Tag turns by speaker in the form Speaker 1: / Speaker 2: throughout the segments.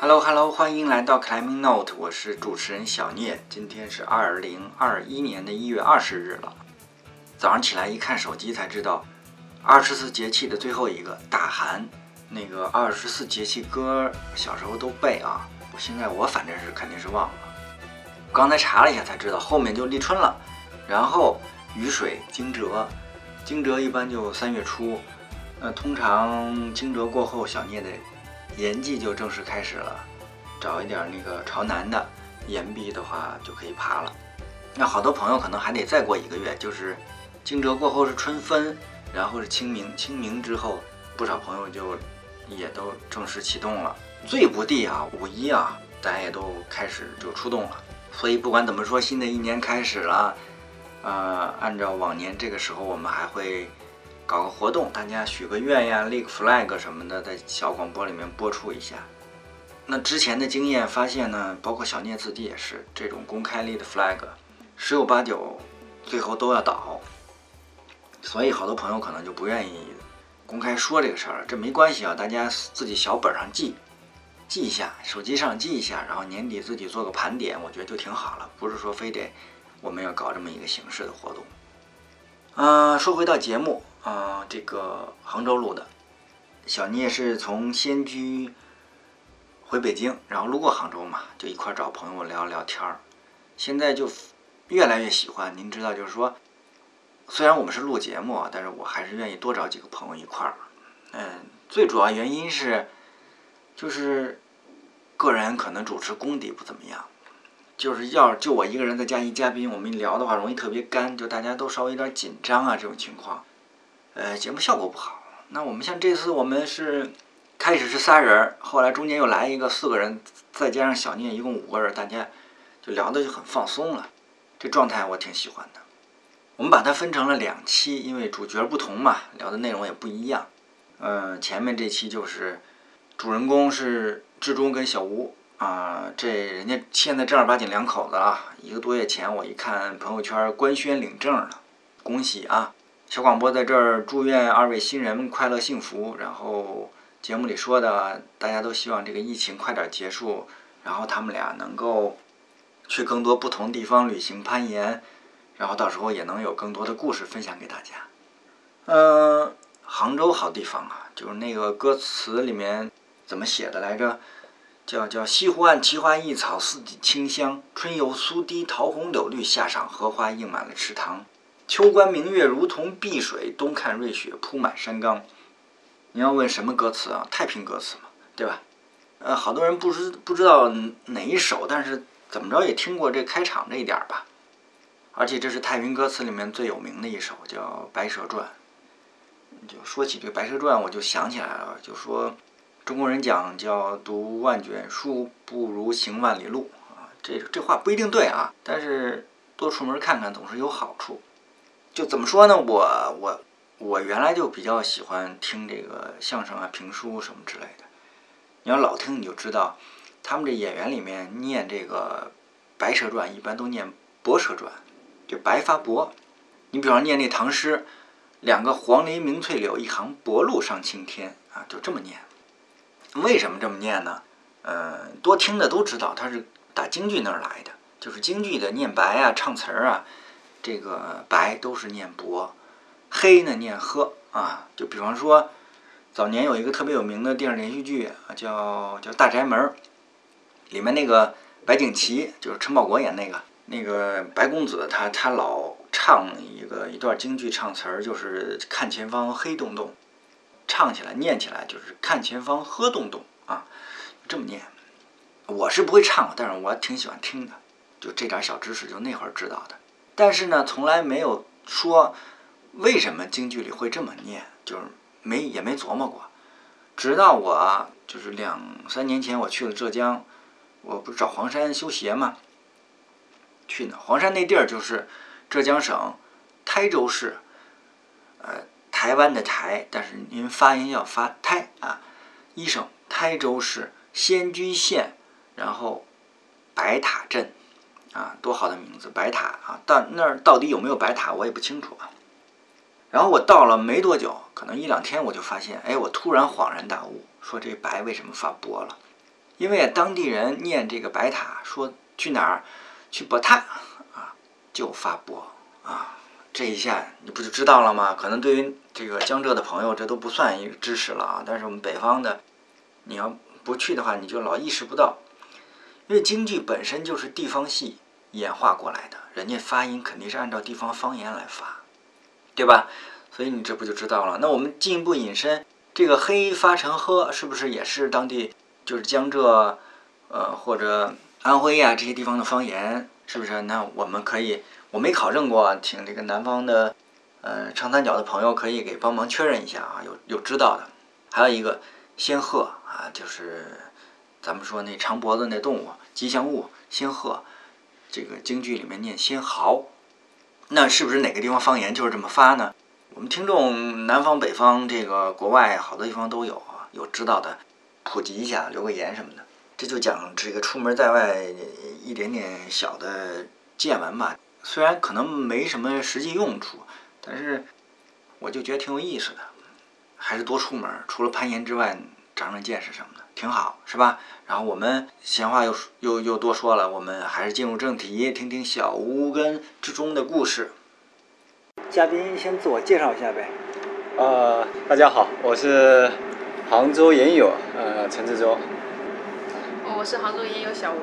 Speaker 1: Hello，Hello，欢迎来到 Climbing Note，我是主持人小聂。今天是二零二一年的一月二十日了。早上起来一看手机才知道，二十四节气的最后一个大寒。那个二十四节气歌小时候都背啊，我现在我反正是肯定是忘了。刚才查了一下才知道，后面就立春了，然后雨水惊蛰，惊蛰一般就三月初。那通常惊蛰过后，小聂的盐季就正式开始了，找一点那个朝南的岩壁的话就可以爬了。那好多朋友可能还得再过一个月，就是惊蛰过后是春分，然后是清明，清明之后不少朋友就也都正式启动了。最不地啊，五一啊，大家也都开始就出动了。所以不管怎么说，新的一年开始了，呃，按照往年这个时候我们还会。搞个活动，大家许个愿呀立个 flag 什么的，在小广播里面播出一下。那之前的经验发现呢，包括小聂自己也是，这种公开立的 flag，十有八九最后都要倒。所以好多朋友可能就不愿意公开说这个事儿了。这没关系啊，大家自己小本上记，记一下，手机上记一下，然后年底自己做个盘点，我觉得就挺好了。不是说非得我们要搞这么一个形式的活动。嗯、呃，说回到节目。啊、呃，这个杭州录的，小聂是从仙居回北京，然后路过杭州嘛，就一块找朋友聊聊天儿。现在就越来越喜欢，您知道，就是说，虽然我们是录节目，啊但是我还是愿意多找几个朋友一块儿。嗯、呃，最主要原因是，就是个人可能主持功底不怎么样，就是要就我一个人再加一嘉宾，我们一聊的话容易特别干，就大家都稍微有点紧张啊这种情况。呃，节目效果不好。那我们像这次我们是开始是仨人，后来中间又来一个四个人，再加上小聂，一共五个人，大家就聊的就很放松了。这状态我挺喜欢的。我们把它分成了两期，因为主角不同嘛，聊的内容也不一样。呃，前面这期就是主人公是志忠跟小吴啊、呃，这人家现在正儿八经两口子啊。一个多月前我一看朋友圈官宣领证了，恭喜啊！小广播在这儿祝愿二位新人快乐幸福。然后节目里说的，大家都希望这个疫情快点结束，然后他们俩能够去更多不同地方旅行、攀岩，然后到时候也能有更多的故事分享给大家。嗯、呃，杭州好地方啊，就是那个歌词里面怎么写的来着？叫叫西湖岸奇花异草，四季清香。春游苏堤，桃红柳绿，夏赏荷花映满了池塘。秋观明月如同碧水，冬看瑞雪铺满山岗。你要问什么歌词啊？太平歌词嘛，对吧？呃，好多人不知不知道哪一首，但是怎么着也听过这开场这一点儿吧。而且这是太平歌词里面最有名的一首，叫《白蛇传》。就说起这《白蛇传》，我就想起来了，就说中国人讲叫“读万卷书不如行万里路”啊，这这话不一定对啊，但是多出门看看总是有好处。就怎么说呢？我我我原来就比较喜欢听这个相声啊、评书什么之类的。你要老听，你就知道，他们这演员里面念这个《白蛇传》，一般都念《博蛇传》，就白发博。你比方念那唐诗，两个黄鹂鸣翠柳，一行薄露上青天啊，就这么念。为什么这么念呢？呃，多听的都知道，它是打京剧那儿来的，就是京剧的念白啊、唱词儿啊。这个白都是念薄，黑呢念喝啊。就比方说，早年有一个特别有名的电视连续剧、啊、叫叫《大宅门》，里面那个白景琦就是陈宝国演那个那个白公子他，他他老唱一个一段京剧唱词儿，就是看前方黑洞洞，唱起来念起来就是看前方喝洞洞啊，这么念。我是不会唱，但是我挺喜欢听的，就这点小知识就那会儿知道的。但是呢，从来没有说为什么京剧里会这么念，就是没也没琢磨过。直到我就是两三年前我去了浙江，我不是找黄山修鞋嘛，去呢。黄山那地儿就是浙江省台州市，呃，台湾的台，但是您发音要发台啊。一省台州市仙居县，然后白塔镇。啊，多好的名字，白塔啊！但那儿到底有没有白塔，我也不清楚啊。然后我到了没多久，可能一两天，我就发现，哎，我突然恍然大悟，说这白为什么发薄了？因为当地人念这个白塔，说去哪儿，去博塔啊，就发波啊，这一下你不就知道了吗？可能对于这个江浙的朋友，这都不算一个知识了啊。但是我们北方的，你要不去的话，你就老意识不到，因为京剧本身就是地方戏演化过来的，人家发音肯定是按照地方方言来发，对吧？所以你这不就知道了？那我们进一步引申，这个黑发成喝，是不是也是当地就是江浙，呃或者安徽呀、这些地方的方言？是不是？那我们可以，我没考证过，请这个南方的，呃长三角的朋友可以给帮忙确认一下啊，有有知道的。还有一个仙鹤啊，就是咱们说那长脖子那动物吉祥物仙鹤，这个京剧里面念仙毫，那是不是哪个地方方言就是这么发呢？我们听众南方、北方，这个国外好多地方都有啊，有知道的普及一下，留个言什么的。这就讲这个出门在外呃一点点小的见闻吧，虽然可能没什么实际用处，但是我就觉得挺有意思的，还是多出门，除了攀岩之外，长长见识什么的，挺好，是吧？然后我们闲话又又又多说了，我们还是进入正题，听听小屋跟之中的故事。嘉宾先自我介绍一下呗。
Speaker 2: 呃，大家好，我是杭州研友，呃，陈志洲。
Speaker 3: 哦我是杭州也有小吴，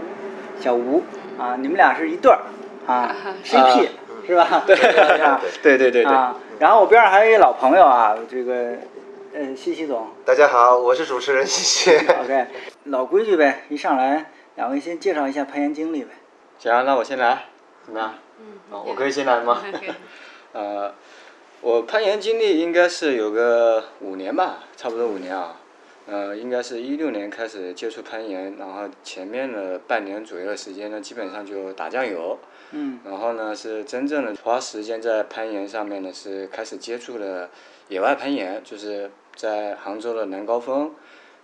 Speaker 1: 小吴啊，你们俩是一对儿 啊，CP、是吧？ 对啊，
Speaker 2: 对对对对，
Speaker 1: 啊。然后我边上还有一老朋友啊，这个，呃，西西总
Speaker 4: 大家好，我是主持人西西。
Speaker 1: ，OK，老规矩呗，一上来两位先介绍一下攀岩经历呗。
Speaker 2: 行啊，那我先来，怎么样？
Speaker 3: 嗯，
Speaker 2: 哦我可以先来 吗
Speaker 3: 可以
Speaker 2: 呃，我攀岩经历应该是有个五年吧，差不多五年啊。呃，应该是一六年开始接触攀岩，然后前面的半年左右的时间呢，基本上就打酱油。
Speaker 1: 嗯
Speaker 2: 然后呢，是真正的花时间在攀岩上面呢，是开始接触了野外攀岩，就是在杭州的南高峰，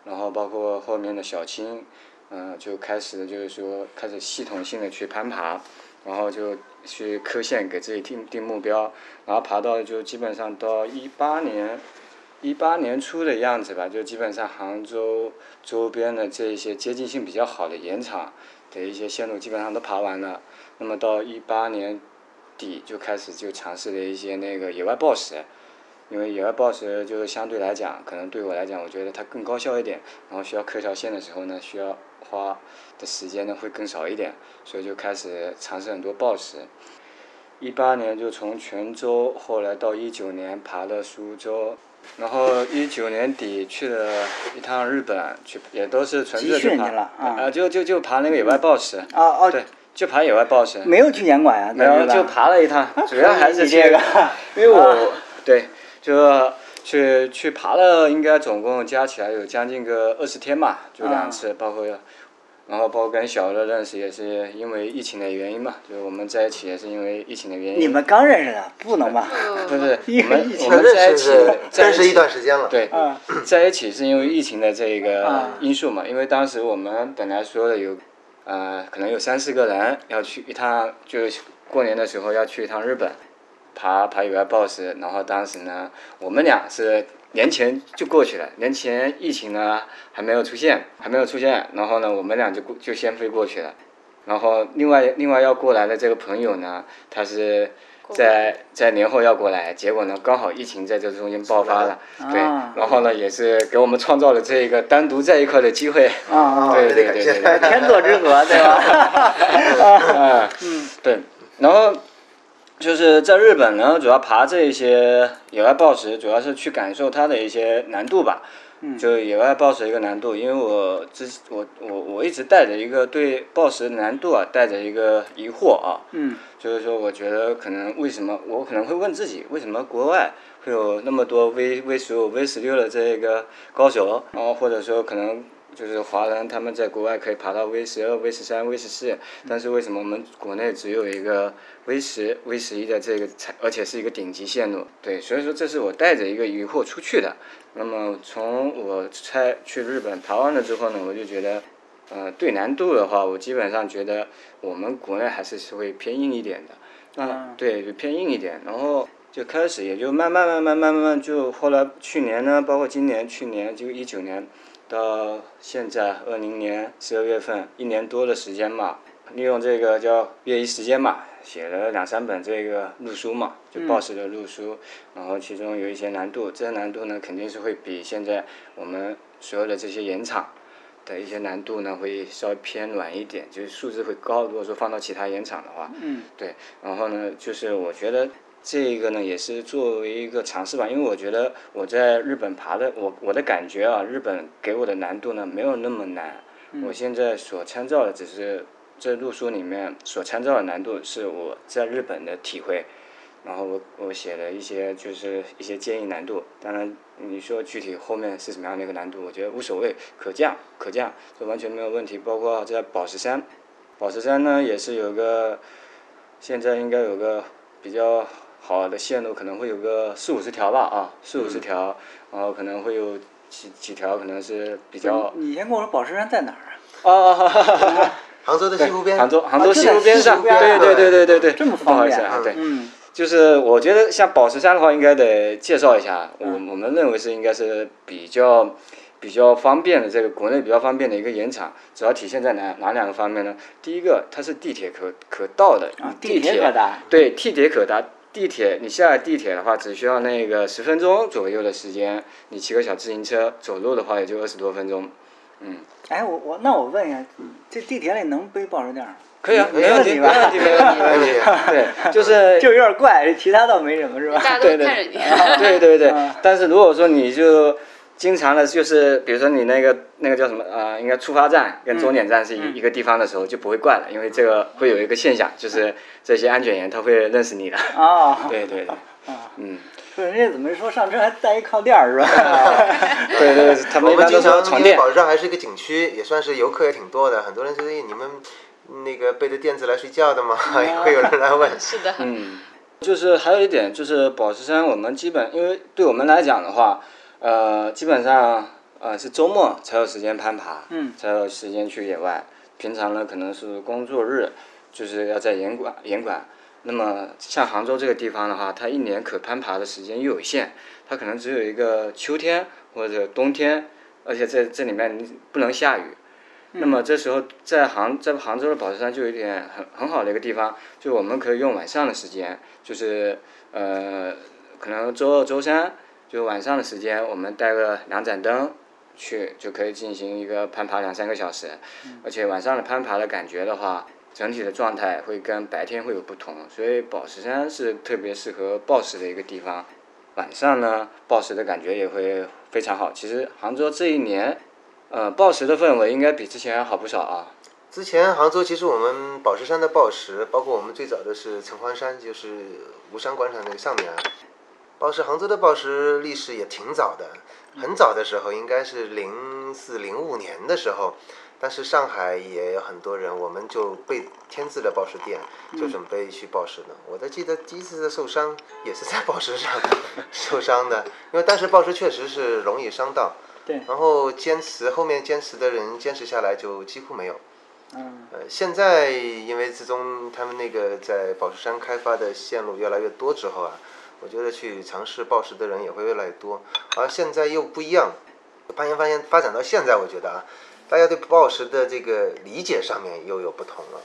Speaker 2: 然后包括后面的小青，嗯、就开始就是说开始系统性的去攀爬，然后就去科线给自己定定目标，然后爬到就基本上到一八年。一八年初的样子吧，就基本上杭州周边的这一些接近性比较好的岩场的一些线路基本上都爬完了，那么到一八年底就开始就尝试了一些那个野外暴食，因为野外暴食就是相对来讲，可能对我来讲，我觉得它更高效一点，然后需要刻条线的时候呢，需要花的时间呢会更少一点，所以就开始尝试很多暴食。一八年就从泉州，后来到一九年爬了苏州，然后一九年底去了一趟日本，去也都是纯粹
Speaker 1: 集训
Speaker 2: 去爬
Speaker 1: 去了啊
Speaker 2: 呃就就就爬那个野外暴食，
Speaker 1: 啊哦，
Speaker 2: 对，就爬野外暴食。
Speaker 1: 没有去岩馆啊，
Speaker 2: 没有，
Speaker 1: 在日
Speaker 2: 就
Speaker 1: 本
Speaker 2: 爬了一 趟，主要还是
Speaker 1: 你
Speaker 2: 去
Speaker 1: 这个，
Speaker 2: 因为
Speaker 1: 啊
Speaker 2: 我对就去去爬了，应该总共加起来有将近个二十天吧，就两次，包括然后包括跟小乐认识也是因为疫情的原因嘛，就是我们在一起也是因为疫情的原因。
Speaker 1: 你们刚认识的，不能吧？
Speaker 2: 不是
Speaker 1: 因为
Speaker 2: 我们
Speaker 1: 疫
Speaker 2: 我
Speaker 1: 情
Speaker 2: 们在一
Speaker 4: 认识
Speaker 2: 起
Speaker 4: 是
Speaker 2: 在
Speaker 4: 认识一
Speaker 2: 起
Speaker 4: 段时间了，
Speaker 2: 对，
Speaker 5: 啊
Speaker 1: 嗯
Speaker 2: 在一起是因为疫情的这个
Speaker 1: 啊
Speaker 2: 因素嘛，因为当时我们本来说的有，呃，可能有三四个人要去一趟，就是过年的时候要去一趟日本，爬爬野外 BOSS，然后当时呢，我们俩是年前就过去了，年前疫情呢还没有出现，还没有出现，然后呢，我们俩就过就先飞过去了，然后另外另外要过来的这个朋友呢，他是。在在年后要过来，结果呢，刚好疫情在这中间爆发了，对，
Speaker 1: 啊
Speaker 2: 然后呢，也是给我们创造了这一个单独在一块的机会，
Speaker 1: 啊啊，
Speaker 2: 对
Speaker 4: 这
Speaker 2: 对
Speaker 4: 得感
Speaker 2: 对
Speaker 4: 谢
Speaker 2: 对对，
Speaker 1: 天作之 合，对吧？
Speaker 2: 啊，嗯，对，然后就是在日本呢，主要爬这一些野外暴食，主要是去感受它的一些难度吧。
Speaker 1: 嗯
Speaker 2: 就野外暴食一个难度，因为我之我我我一直带着一个对暴食难度啊，带着一个疑惑啊，
Speaker 1: 嗯
Speaker 2: 就是说我觉得可能为什么我可能会问自己，为什么国外会有那么多 V V 十五、V 十六的这个高手，然后或者说可能就是华人他们在国外可以爬到 V 十二、V 十三、V 十四，但是为什么我们国内只有一个 V 十、V 十一的这个才，而且是一个顶级线路？对，所以说这是我带着一个疑惑出去的。那么从我在去日本爬完了之后呢，我就觉得。呃，对难度的话，我基本上觉得我们国内还是是会偏硬一点的。那、
Speaker 1: 嗯
Speaker 2: 对，就偏硬一点，然后就开始也就慢慢慢慢慢慢慢就后来去年呢，包括今年、去年就一九年。到现在二零年十二月份，一年多的时间吧，利用这个叫业余时间嘛，写了两三本这个路书嘛，就
Speaker 3: 嗯
Speaker 2: BOSS 的路书，然后其中有一些难度，这些难度呢肯定是会比现在我们所有的这些盐场的一些难度呢会稍微偏软一点，就是数字会高。如果说放到其他盐场的话，
Speaker 3: 嗯，
Speaker 2: 对，然后呢，就是我觉得这个呢也是作为一个尝试吧，因为我觉得我在日本爬的，我我的感觉啊，日本给我的难度呢没有那么难。我现在所参照的只是这路书里面所参照的难度是我在日本的体会，然后我我写了一些就是一些建议难度，当然你说具体后面是什么样的一个难度，我觉得无所谓，可降可降，这完全没有问题。包括在宝石山，宝石山呢也是有个现在应该有个比较好的线路，可能会有个四五十条吧啊，四五十条，然后可能会有几几条可能是比较。
Speaker 1: 你你先跟我说宝石山在哪儿啊？
Speaker 2: 哦，哈哈哈哈
Speaker 4: 杭州的西湖边，
Speaker 2: 杭州杭州
Speaker 1: 啊
Speaker 2: 西
Speaker 1: 就在
Speaker 2: 湖边上，
Speaker 1: 西湖边
Speaker 2: 对对对对对对，
Speaker 1: 这么
Speaker 2: 不好
Speaker 1: 方
Speaker 2: 意
Speaker 1: 便
Speaker 2: 思啊，对，
Speaker 1: 嗯，
Speaker 2: 就是我觉得像宝石山的话，应该得介绍一下，
Speaker 1: 嗯
Speaker 2: 我我们认为是应该是比较比较方便的，这个国内比较方便的一个盐场，主要体现在哪哪两个方面呢？第一个，它是地铁可可到的，
Speaker 1: 啊，
Speaker 2: 地
Speaker 1: 铁可达，
Speaker 2: 对，地铁可达。地铁，你下了地铁的话，只需要那个十分钟左右的时间。你骑个小自行车，走路的话也就二十多分钟。
Speaker 5: 哎，我我那我问一下，这地铁里能背报纸垫儿吗？
Speaker 2: 可以啊，
Speaker 4: 没
Speaker 2: 没问
Speaker 5: 问
Speaker 2: 题，
Speaker 5: 题
Speaker 2: 没
Speaker 5: 吧
Speaker 2: 问题，没问题，没问题。对， 就是
Speaker 5: 就有点怪，其他倒没什么是吧？
Speaker 3: 大家都
Speaker 2: 对
Speaker 3: 看着
Speaker 2: 对
Speaker 3: 你。
Speaker 2: 对对对
Speaker 5: 啊。
Speaker 2: 但是如果说你就经常的，就是比如说你那个那个叫什么呃，应该出发站跟终点站是一一个地方的时候，就不会怪了，因为这个会有一个现象，就是这些安检员他会认识你的。
Speaker 5: 啊，
Speaker 2: 对对对，嗯，
Speaker 5: 不是人家怎么说上车还带一靠垫儿是吧？
Speaker 2: 对对，对他们
Speaker 4: 我
Speaker 2: 一
Speaker 4: 们
Speaker 2: 般
Speaker 4: 经
Speaker 2: 都说
Speaker 4: 常
Speaker 2: 床
Speaker 4: 因为
Speaker 2: 垫。
Speaker 4: 宝石山还是一个景区，也算是游客也挺多的，很多人觉得哎你们那个背着垫子来睡觉的吗？ 会有人来 问。
Speaker 3: 是的，
Speaker 2: 嗯，就是还有一点就是宝石山，我们基本因为对我们来讲的话，呃，基本上呃是周末才有时间攀爬，嗯，才有时间去野外。平常呢可能是工作日，就是要在严管严管。那么像杭州这个地方的话，它一年可攀爬的时间又有限，它可能只有一个秋天或者冬天，而且这这里面你不能下雨。那么这时候在杭在杭州的宝石山就有一点很很好的一个地方，就我们可以用晚上的时间，就是呃，可能周二、周三，就晚上的时间，我们带个两盏灯去，就可以进行一个攀爬两三个小时，而且晚上的攀爬的感觉的话，整体的状态会跟白天会有不同，所以宝石山是特别适合暴食的一个地方。晚上呢，暴食的感觉也会非常好。其实杭州这一年，呃，暴食的氛围应该比之前要好不少啊。
Speaker 4: 之前杭州其实我们宝石山的宝石，包括我们最早的是城隍山，就是吴山广场那个上面啊。宝石杭州的宝石历史也挺早的，很早的时候应该是零四零五年的时候，但是上海也有很多人，我们就被添置了宝石店，就准备去宝石了。我都记得第一次的受伤也是在宝石上 受伤的，因为当时宝石确实是容易伤到。
Speaker 5: 对
Speaker 4: 然后坚持后面坚持的人坚持下来就几乎没有。
Speaker 5: 嗯，
Speaker 4: 呃，现在因为自从他们那个在宝石山开发的线路越来越多之后啊，我觉得去尝试暴食的人也会越来越多。而现在又不一样，攀岩发现发展到现在，我觉得啊，大家对暴食的这个理解上面又有不同了。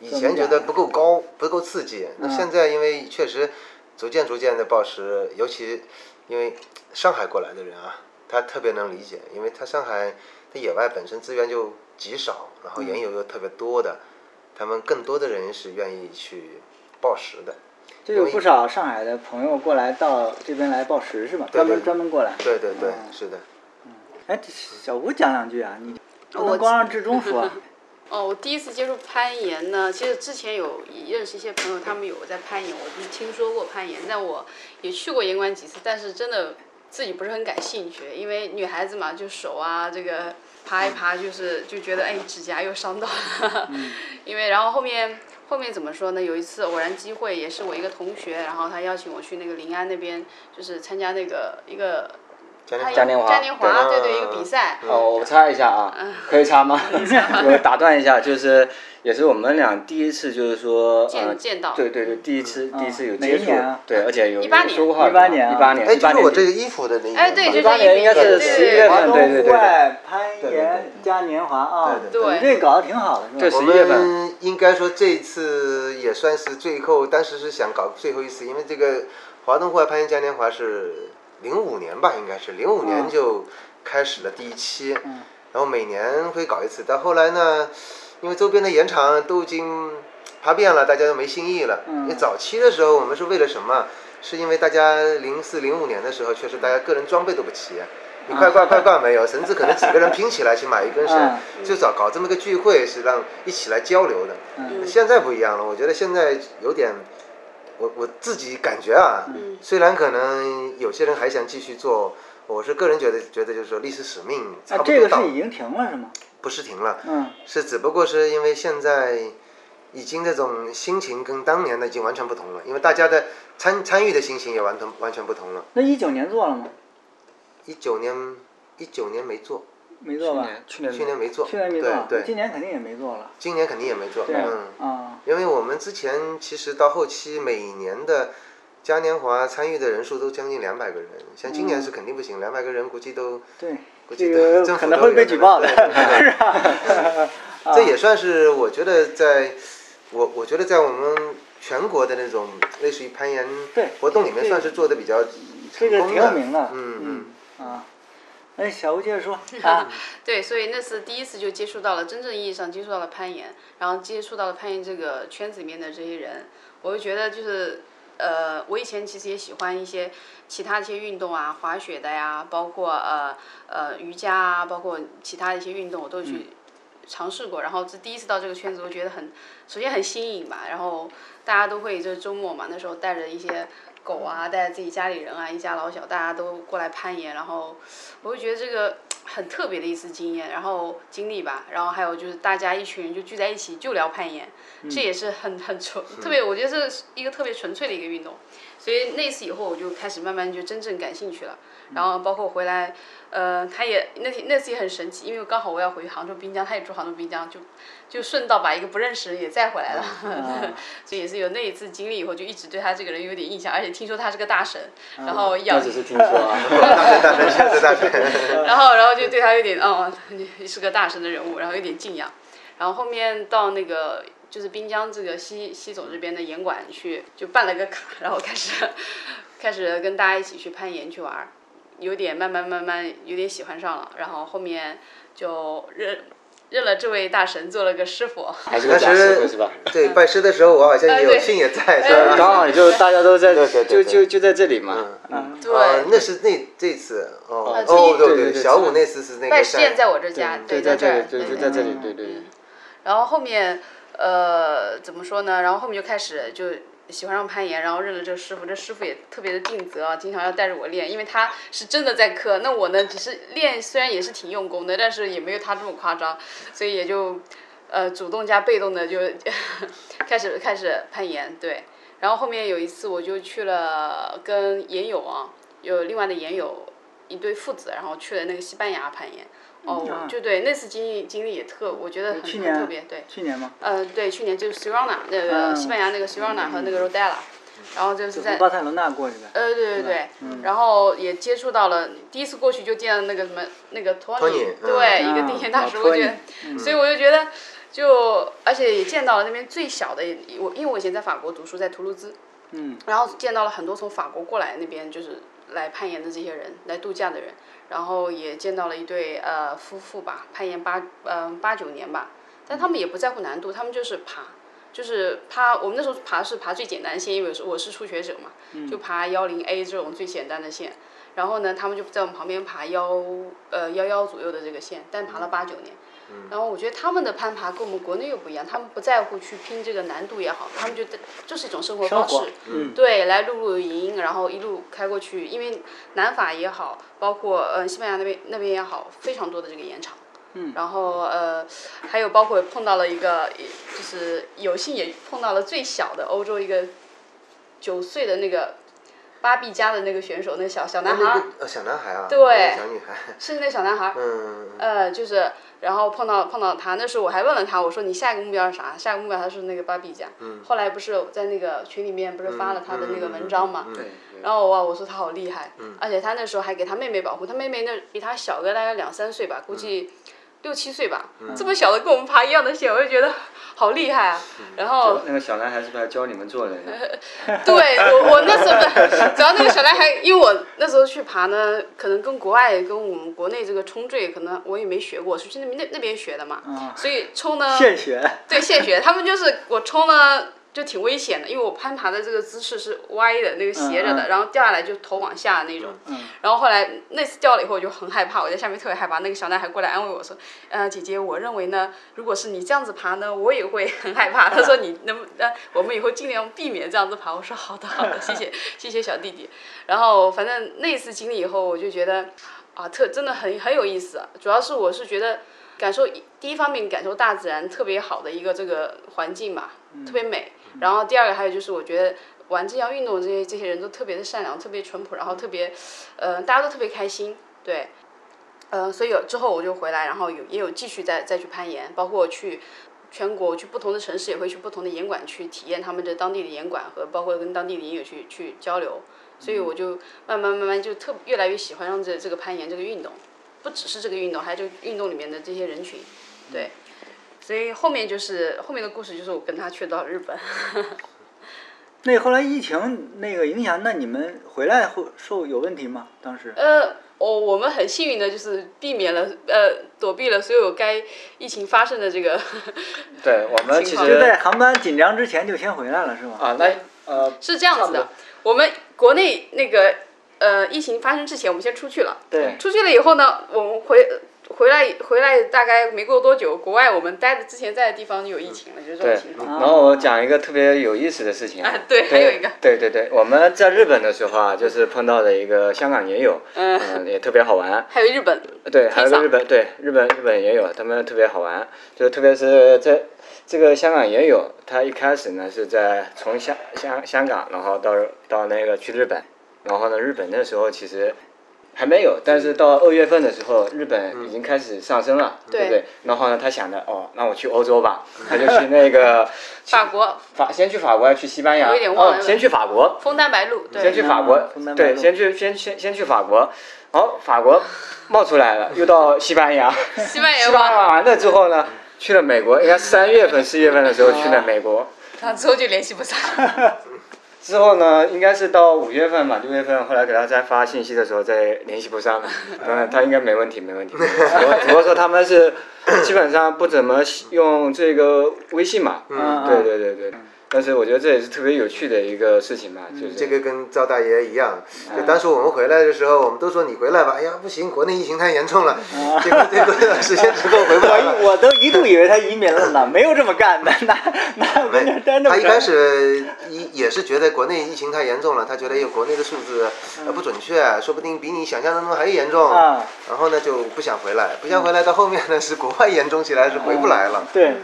Speaker 4: 以前觉得不够高，不够刺激，那现在因为确实逐渐逐渐的暴食，尤其因为上海过来的人啊，他特别能理解，因为他上海他野外本身资源就极少，然
Speaker 3: 嗯
Speaker 4: 后原油又特别多的，他们更多的人是愿意去暴食的。
Speaker 5: 就有不少上海的朋友过来到这边来报时是吧？专门专门过来。
Speaker 4: 对对对，
Speaker 3: 嗯
Speaker 4: 是的。
Speaker 5: 哎，这小吴讲两句啊，你不
Speaker 3: 我
Speaker 5: 能光让志 忠说。
Speaker 3: 哦，我第一次接触攀岩呢，其实之前有认识一些朋友，他们有在攀岩，我就听说过攀岩，但我也去过岩馆几次，但是真的自己不是很感兴趣，因为女孩子嘛，就手啊这个爬一爬，就是就觉得哎指甲又伤到了，
Speaker 2: 嗯
Speaker 3: 因为然后后面后面怎么说呢？有一次偶然机会，也是我一个同学，然后他邀请我去那个临安那边，就是参加那个一个
Speaker 4: 嘉年华
Speaker 2: 嘉年华
Speaker 3: 嘉年华，
Speaker 4: 对
Speaker 3: 对对，一个比赛，
Speaker 2: 哦，我插一下啊，
Speaker 3: 嗯
Speaker 2: 可以 插吗？我打断一下，就是也是我们俩第一次，就是说呃
Speaker 3: 见，见到，
Speaker 2: 对对对，第一次第一次有
Speaker 5: 哪一
Speaker 2: 接触
Speaker 5: 年啊，
Speaker 2: 对，而且有有
Speaker 3: 18年
Speaker 2: 说过话，
Speaker 5: 18年啊
Speaker 2: 一八年，
Speaker 4: 哎，
Speaker 2: 一
Speaker 4: 就
Speaker 2: 八
Speaker 4: 是
Speaker 2: 年
Speaker 4: 我这个衣服的那一
Speaker 3: 哎对就
Speaker 4: 款
Speaker 2: 一
Speaker 3: 是
Speaker 2: 八年应该是
Speaker 3: 对
Speaker 2: 十一月份，对对
Speaker 5: 华东
Speaker 2: 对
Speaker 5: 户
Speaker 2: 对。
Speaker 5: 外攀
Speaker 4: 对对
Speaker 5: 岩
Speaker 4: 对
Speaker 5: 嘉年华啊，
Speaker 4: 对
Speaker 3: 对对
Speaker 5: 你这搞得挺好
Speaker 2: 对
Speaker 5: 的，是吧？啊
Speaker 4: 我
Speaker 2: 11月份
Speaker 4: 们应该说这次也算是最后，当时是想搞最后一次，因为这个华东户外攀岩嘉年华是零五年吧，应该是零五
Speaker 3: 嗯
Speaker 4: 年就开始了第一期，然后每年会搞一次，但后来呢，因为周边的岩场都已经爬遍了，大家都没新意了。
Speaker 5: 嗯
Speaker 4: 因为早期的时候，我们是为了什么？是因为大家零四零五年的时候，确实大家个人装备都不齐。
Speaker 5: 啊
Speaker 4: 你快 挂快挂没有？绳子可能几个人拼起来去买一根绳
Speaker 5: 嗯，
Speaker 4: 就找搞这么个聚会是让一起来交流的。
Speaker 3: 嗯
Speaker 4: 现在不一样了，我觉得现在有点，我我自己感觉啊，
Speaker 5: 嗯
Speaker 4: 虽然可能有些人还想继续做，我是个人觉得觉得就是说历史使命差
Speaker 5: 啊，
Speaker 4: 不
Speaker 5: 这
Speaker 4: 多
Speaker 5: 个
Speaker 4: 到
Speaker 5: 是
Speaker 4: 了，
Speaker 5: 已经停了是吗？
Speaker 4: 不是停了，
Speaker 5: 嗯，
Speaker 4: 是只不过是因为现在已经这种心情跟当年的已经完全不同了，因为大家的参参与的心情也完全完全不同了。
Speaker 5: 那一九年做了吗？
Speaker 4: 一九年一九年没做，
Speaker 5: 没做吧？
Speaker 2: 去年
Speaker 4: 去年没做，
Speaker 5: 去年没做，啊
Speaker 4: 对嗯
Speaker 5: 今
Speaker 4: 对，
Speaker 5: 年肯定也没做了。
Speaker 4: 今年肯定也没做，
Speaker 5: 对啊
Speaker 4: 嗯，，
Speaker 5: 啊，
Speaker 4: 因为我们之前其实到后期每年的嘉年华参与的人数都将近两百个人，像今年是肯定不行，两百个人估计都
Speaker 5: 对，
Speaker 4: 估
Speaker 5: 这
Speaker 4: 计都
Speaker 5: 个
Speaker 4: 政
Speaker 5: 可
Speaker 4: 府
Speaker 5: 能
Speaker 4: 都
Speaker 5: 会
Speaker 4: 有
Speaker 5: 被
Speaker 4: 可
Speaker 5: 举
Speaker 4: 能
Speaker 5: 报的，啊
Speaker 4: 对对
Speaker 5: 是
Speaker 4: 对
Speaker 5: 吧？
Speaker 4: 这也算是我觉得在，我我觉得在我们全国的那种类似于攀岩
Speaker 5: 对
Speaker 4: 活动里面，
Speaker 5: 这
Speaker 4: 算是做的比较
Speaker 5: 这
Speaker 4: 成
Speaker 5: 个
Speaker 4: 功
Speaker 5: 挺有名
Speaker 4: 的
Speaker 5: 的。，
Speaker 4: 嗯
Speaker 5: 嗯啊，哎，小吴接着 说啊，
Speaker 3: 对，所以那次第一次就接触到了真正意义上接触到了攀岩，然后接触到了攀岩这个圈子里面的这些人，我就觉得就是，呃，我以前其实也喜欢一些其他一些运动啊，滑雪的呀，包括呃呃瑜伽啊，包括其他的一些运动，我都
Speaker 2: 嗯
Speaker 3: 去尝试过。然后这第一次到这个圈子，我觉得很，首先很新颖吧，然后大家都会就是周末嘛，那时候带着一些。狗啊，带着自己家里人啊，一家老小，大家都过来攀岩，然后我就觉得这个很特别的一次经验，然后经历吧，然后还有就是大家一群人就聚在一起就聊攀岩，这也是很很纯，特别我觉得是一个特别纯粹的一个运动，所以那次以后我就开始慢慢就真正感兴趣了，然后包括回来，呃，他也那天那次也很神奇，因为刚好我要回杭州滨江，他也住杭州滨江，就就顺道把一个不认识的人也载回来了， 所以也是有那一次经历以后，就一直对他这个人有点印象，而且听说他是个大神，然后要
Speaker 2: 那只是听说啊，
Speaker 3: 然后然后就对他有点哦，你是个大神的人物，然后有点敬仰。然后后面到那个就是滨江这个西西总这边的岩馆去，就办了个卡，然后开始 开始跟大家一起去攀岩去玩儿，有点慢慢慢慢有点喜欢上了，然后后面就认认了这位大神做了个师傅。
Speaker 2: 还是个假师傅是吧？
Speaker 4: 对，拜师的时候我好像也有
Speaker 3: 呃对
Speaker 4: 幸也在，是吧？啊
Speaker 2: 刚好也就大家都在，
Speaker 4: 对对对
Speaker 2: 就
Speaker 4: 对
Speaker 2: 就就在这里嘛。
Speaker 5: 嗯，
Speaker 3: 对
Speaker 4: 哦，那是那这次哦
Speaker 3: 啊这一
Speaker 4: 哦对
Speaker 2: 对对对
Speaker 4: 小五那次是那
Speaker 3: 拜
Speaker 4: 个
Speaker 3: 师宴在我这家，
Speaker 2: 对，在
Speaker 3: 在这儿，
Speaker 2: 里，对，
Speaker 3: 对
Speaker 2: 就在这里，对对对。
Speaker 3: 然后后面呃怎么说呢？然后后面就开始就喜欢上攀岩，然后认了这个师傅，这师傅也特别的尽责啊，经常要带着我练，因为他是真的在磕，那我呢只是练，虽然也是挺用功的，但是也没有他这么夸张，所以也就呃主动加被动的就 开始开始攀岩，对。然后后面有一次我就去了跟岩友啊，有另外的岩友一对父子，然后去了那个西班牙攀岩。哦，就对，那次经历经历也特，我觉得很
Speaker 5: 嗯去
Speaker 3: 很
Speaker 5: 年
Speaker 3: 特别，对。
Speaker 5: 去年吗？
Speaker 3: 呃，对，去年就是 Sirona 那个
Speaker 5: 嗯
Speaker 3: 西班牙那个 Sirona 和那个 Rodella，然后就是在
Speaker 5: 从巴塞罗那过去的。
Speaker 3: 呃，对对对，然后也接触到了，第一次过去就见到那个什么那个托尼
Speaker 4: Tony，，嗯
Speaker 3: 对，一个
Speaker 5: 啊
Speaker 3: 顶尖大师，
Speaker 5: 老
Speaker 2: 哦
Speaker 3: 我觉得
Speaker 5: Tony，，
Speaker 3: 所以我就觉得，就而且也见到了那边最小的，我因为我以前在法国读书，在图卢兹，
Speaker 5: 嗯，
Speaker 3: 然后见到了很多从法国过来那边就是来攀岩的这些人，来度假的人，然后也见到了一对呃夫妇吧，攀岩八嗯八九年吧，但他们也不在乎难度，他们就是爬，就是爬。我们那时候爬是爬最简单的线，因为我是我是初学者
Speaker 5: 嗯
Speaker 3: 嘛，就爬幺零 A 这种最简单的线。然后呢，他们就在我们旁边爬幺呃幺幺左右的这个线，但
Speaker 5: 嗯
Speaker 3: 爬了八九年。然后我觉得他们的攀爬跟我们国内又不一样，他们不在乎去拼这个难度也好，他们就就是一种生活方式
Speaker 5: 生活，嗯
Speaker 3: 对，来露露营，然后一路开过去，因为南法也好，包括呃西班牙那边那边也好，非常多的这个盐场。
Speaker 4: 嗯
Speaker 3: 然后呃，还有包括碰到了一个，也就是有幸也碰到了最小的欧洲一个九岁的那个芭比家的那个选手，那小小男孩
Speaker 4: 那
Speaker 3: 儿
Speaker 4: 个，呃小男孩啊，
Speaker 3: 对
Speaker 4: 我以为小女孩，
Speaker 3: 是那小男孩儿，
Speaker 4: 嗯，
Speaker 3: 呃，就是，然后碰到碰到他，那时候我还问了他，我说你下一个目标是啥？下一个目标他说那个芭比家。
Speaker 4: 嗯
Speaker 3: 后来不是在那个群里面不是发了他的那个文章嘛？
Speaker 4: 嗯嗯嗯嗯
Speaker 3: 然后哇，我说他好厉害，而且他那时候还给他妹妹保护，他妹妹那比他小个大概两三岁吧，估计六七岁吧，这么小的跟我们爬一样的线，我就觉得好厉害啊。然后
Speaker 2: 那个小男孩是不是还教你们做 人呢？啊
Speaker 3: 对我，我那时候主要那个小男孩，因为我那时候去爬呢，可能跟国外跟我们国内这个冲坠，可能我也没学过，是去那边那那边学的嘛，所以冲呢，
Speaker 5: 现学，
Speaker 3: 对现学，他们就是我冲呢就挺危险的，因为我攀爬的这个姿势是歪的，那个斜着的，
Speaker 5: 嗯嗯嗯
Speaker 3: 然后掉下来就头往下那种。然后后来那次掉了以后，我就很害怕，我在下面特别害怕。那个小男孩过来安慰我说：“呃，姐姐，我认为呢，如果是你这样子爬呢，我也会很害怕。”他说：“你能不呃，我们以后尽量避免这样子爬。”我说：“好的，好的，谢谢，谢谢小弟弟。”然后反正那次经历以后，我就觉得啊，特真的很很有意思、啊。主要是我是觉得感受第一方面感受大自然特别好的一个这个环境吧，特别美。然后第二个还有就是我觉得玩这项运动的这些这些人都特别的善良，特别淳朴，然后特别，呃，大家都特别开心，对。呃，所以有之后我就回来，然后有也有继续再再去攀岩，包括我去全国，我去不同的城市也会去不同的岩馆去体验他们的当地的岩馆和包括跟当地的岩友去去交流，所以我就慢慢慢慢就特越来越喜欢上这这个攀岩这个运动，不只是这个运动，还有这个运动里面的这些人群，
Speaker 2: 嗯
Speaker 3: 对，所以后面就是后面的故事就是我跟他去到日本，
Speaker 5: 那后来疫情那个影响，那你们回来后受有问题吗？当时
Speaker 3: 呃，我我们很幸运的就是避免了呃躲避了所有该疫情发生的这个，
Speaker 2: 对，我们其
Speaker 3: 情况
Speaker 5: 就
Speaker 2: 实
Speaker 5: 在航班紧张之前就先回来了，是吗？
Speaker 2: 啊，那呃，
Speaker 3: 是这样子的，我们国内那个呃疫情发生之前，我们先出去了，
Speaker 5: 对，
Speaker 3: 出去了以后呢，我们回。回来回来大概没过多久，国外我们待的之前在的地方有疫情了，就是这种
Speaker 2: 对
Speaker 3: 情，况。
Speaker 2: 然后我讲一个特别有意思的事情
Speaker 3: 啊对还有一个
Speaker 2: 对对对，我们在日本的时候啊，就是碰到了一个香港也有，
Speaker 3: 嗯
Speaker 2: 嗯，也特别好玩，
Speaker 3: 还有日本，
Speaker 2: 对，还有个
Speaker 3: 推搡
Speaker 2: 日本，对日本日本也有，他们特别好玩，就特别是在这个香港也有，他一开始呢是在从香香香港，然后到到那个去日本，然后呢日本那时候其实还没有，但是到二月份的时候，日本已经开始上升
Speaker 3: 嗯
Speaker 2: 了，对不对？然后呢他想着哦，那我去欧洲 吧，他就去那个
Speaker 3: 法国
Speaker 2: 法，先去法国，还是去西班牙，
Speaker 3: 我有点忘了
Speaker 2: 哦，先去法国，
Speaker 3: 枫丹白露，对，
Speaker 2: 先去法国
Speaker 5: 枫丹，白
Speaker 2: 对，
Speaker 5: 露
Speaker 2: 先去先先先去法国，好，法国冒出来了，又到西班牙，
Speaker 3: 西 班牙
Speaker 2: 西班牙
Speaker 3: 吧，
Speaker 2: 完了之后呢，去了美国，应该三月份、四月份的时候去了美国，
Speaker 3: 然后之后就联系 不上。
Speaker 2: 之后呢，应该是到五月份吧，六月份，后来给他再发信息的时候再联系不上了， 嗯，他应该没问题，没问题，没 问题我只不过说他们是 基本上不怎么用这个微信嘛，
Speaker 5: 嗯
Speaker 2: 对对对对，但是我觉得这也是特别有趣的一个事情吧，
Speaker 5: 嗯
Speaker 2: 就是
Speaker 4: 这个跟赵大爷一样，就当时我们回来的时候，我们都说你回来吧，哎呀不行，国内疫情太严重了，结果这个 段时间之后回不来了。
Speaker 5: 啊我我都一度以为他移民了呢，没有这么干的，那那跟那真的
Speaker 4: 他一开始一也是觉得国内疫情太严重了，他觉得有国内的数字呃不准确，说不定比你想象当中还严重。
Speaker 5: 啊，
Speaker 4: 然后呢就不想回来，不想回来到后面呢是国外严重起来是回不来了。
Speaker 5: 对，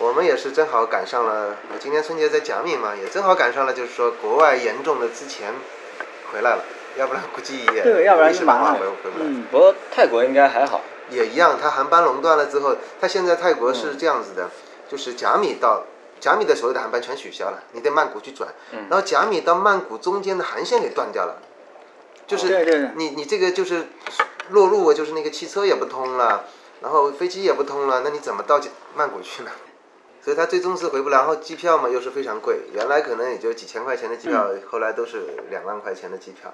Speaker 4: 我们也是正好赶上了，我今年春节在甲米嘛，也正好赶上了，就是说国外严重的之前回来了，要不然估计也
Speaker 5: 对要不然就麻烦
Speaker 4: 回回不来。
Speaker 5: 嗯，
Speaker 2: 不过泰国应该还好，
Speaker 4: 也一样，它航班垄断了之后，它现在泰国是这样子的，就是甲米到甲米的所有的航班全取消了，你得曼谷去转，
Speaker 5: 嗯
Speaker 4: 然后甲米到曼谷中间的航线给断掉了，就是
Speaker 5: 哦对对对
Speaker 4: 你你这个就是落入啊，就是那个汽车也不通了，然后飞机也不通了，那你怎么到曼谷去呢？所以它最终是回不来，然后机票嘛又是非常贵，原来可能也就几千块钱的机票，
Speaker 5: 嗯
Speaker 4: 后来都是两万块钱的机票。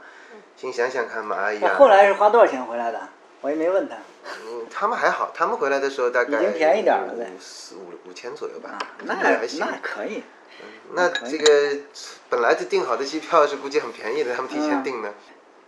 Speaker 4: 请想想看嘛，哎呀，
Speaker 5: 后来是花多少钱回来的？我也没问他。
Speaker 4: 嗯，他们还好，他们回来的时候大概
Speaker 5: 已经便宜点儿了呗啊
Speaker 4: 五四五五千左右吧，
Speaker 5: 那
Speaker 4: 也还行。
Speaker 5: 那可以，
Speaker 4: 那这个
Speaker 3: 嗯
Speaker 4: 本来就订好的机票是估计很便宜的，他们提前订的。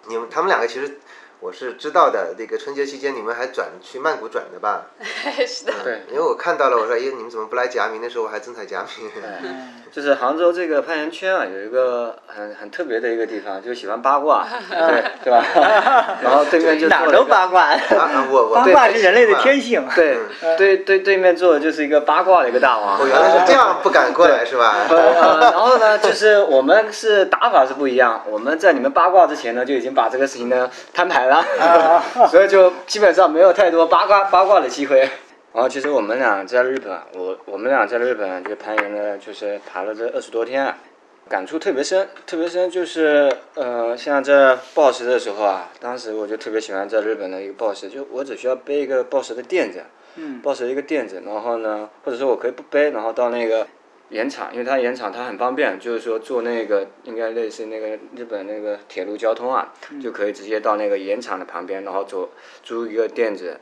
Speaker 4: 你们他们两个其实，我是知道的。这个春节期间你们还转去曼谷转的吧？ 嗯
Speaker 3: 是的，
Speaker 2: 对，
Speaker 4: 因为我看到了，我说哎，你们怎么不来夹民？那时候我还正在夹民。
Speaker 2: 就是杭州这个攀岩圈啊，有一个很很特别的一个地方，就喜欢八 卦，对对吧？然后对面就
Speaker 5: 哪
Speaker 2: 坐
Speaker 5: 儿
Speaker 2: 了一
Speaker 5: 都
Speaker 2: 个
Speaker 5: 八卦，
Speaker 4: 啊，我我
Speaker 5: 八
Speaker 4: 对
Speaker 5: 卦是人类的天性。
Speaker 2: 对
Speaker 5: 嗯
Speaker 2: 对对，对面坐的就是一个八卦的一个大王。
Speaker 5: 哦
Speaker 4: 我原来是这样，不敢过来是 吧？
Speaker 2: 呃，然后呢，就是我们是打法是不一样，我们在你们八卦之前呢，就已经把这个事情呢摊牌了， 所以就基本上没有太多八卦八卦的机会。然后其实我们俩在日本，我我们俩在日本就攀岩了，就是爬了这二十多天啊，感触特别深，特别深就是呃，像在 BOSS 的时候啊，当时我就特别喜欢在日本的一个 BOSS，就我只需要背一个 BOSS 的垫子，嗯，BOSS 一个垫子，然后呢，或者说我可以不背，然后到那个盐场，因为它盐场它很方便，就是说坐那个应该类似那个日本那个铁路交通啊，就可以直接到那个盐场的旁边，然后走租一个垫子，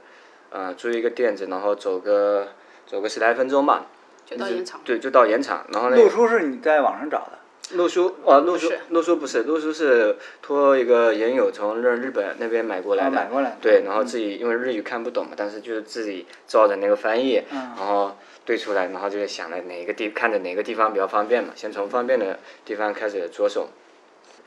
Speaker 2: 呃，租一个垫子，然后走个走个十来分钟吧，
Speaker 3: 就到现场。
Speaker 2: 对，就到盐场，然后那个
Speaker 5: 露出是你在网上找的，
Speaker 2: 露书啊，露书
Speaker 3: 是
Speaker 2: 露书不是露书是托一个研友从日日本那边买过来
Speaker 5: 啊
Speaker 2: 的，
Speaker 5: 买过来的
Speaker 2: 对，然后自己因为日语看不懂嘛，但是就是自己照着那个翻译，
Speaker 5: 嗯
Speaker 2: 然后对出来，然后就想了哪个地看着哪个地方比较方便嘛，先从方便的地方开始着手。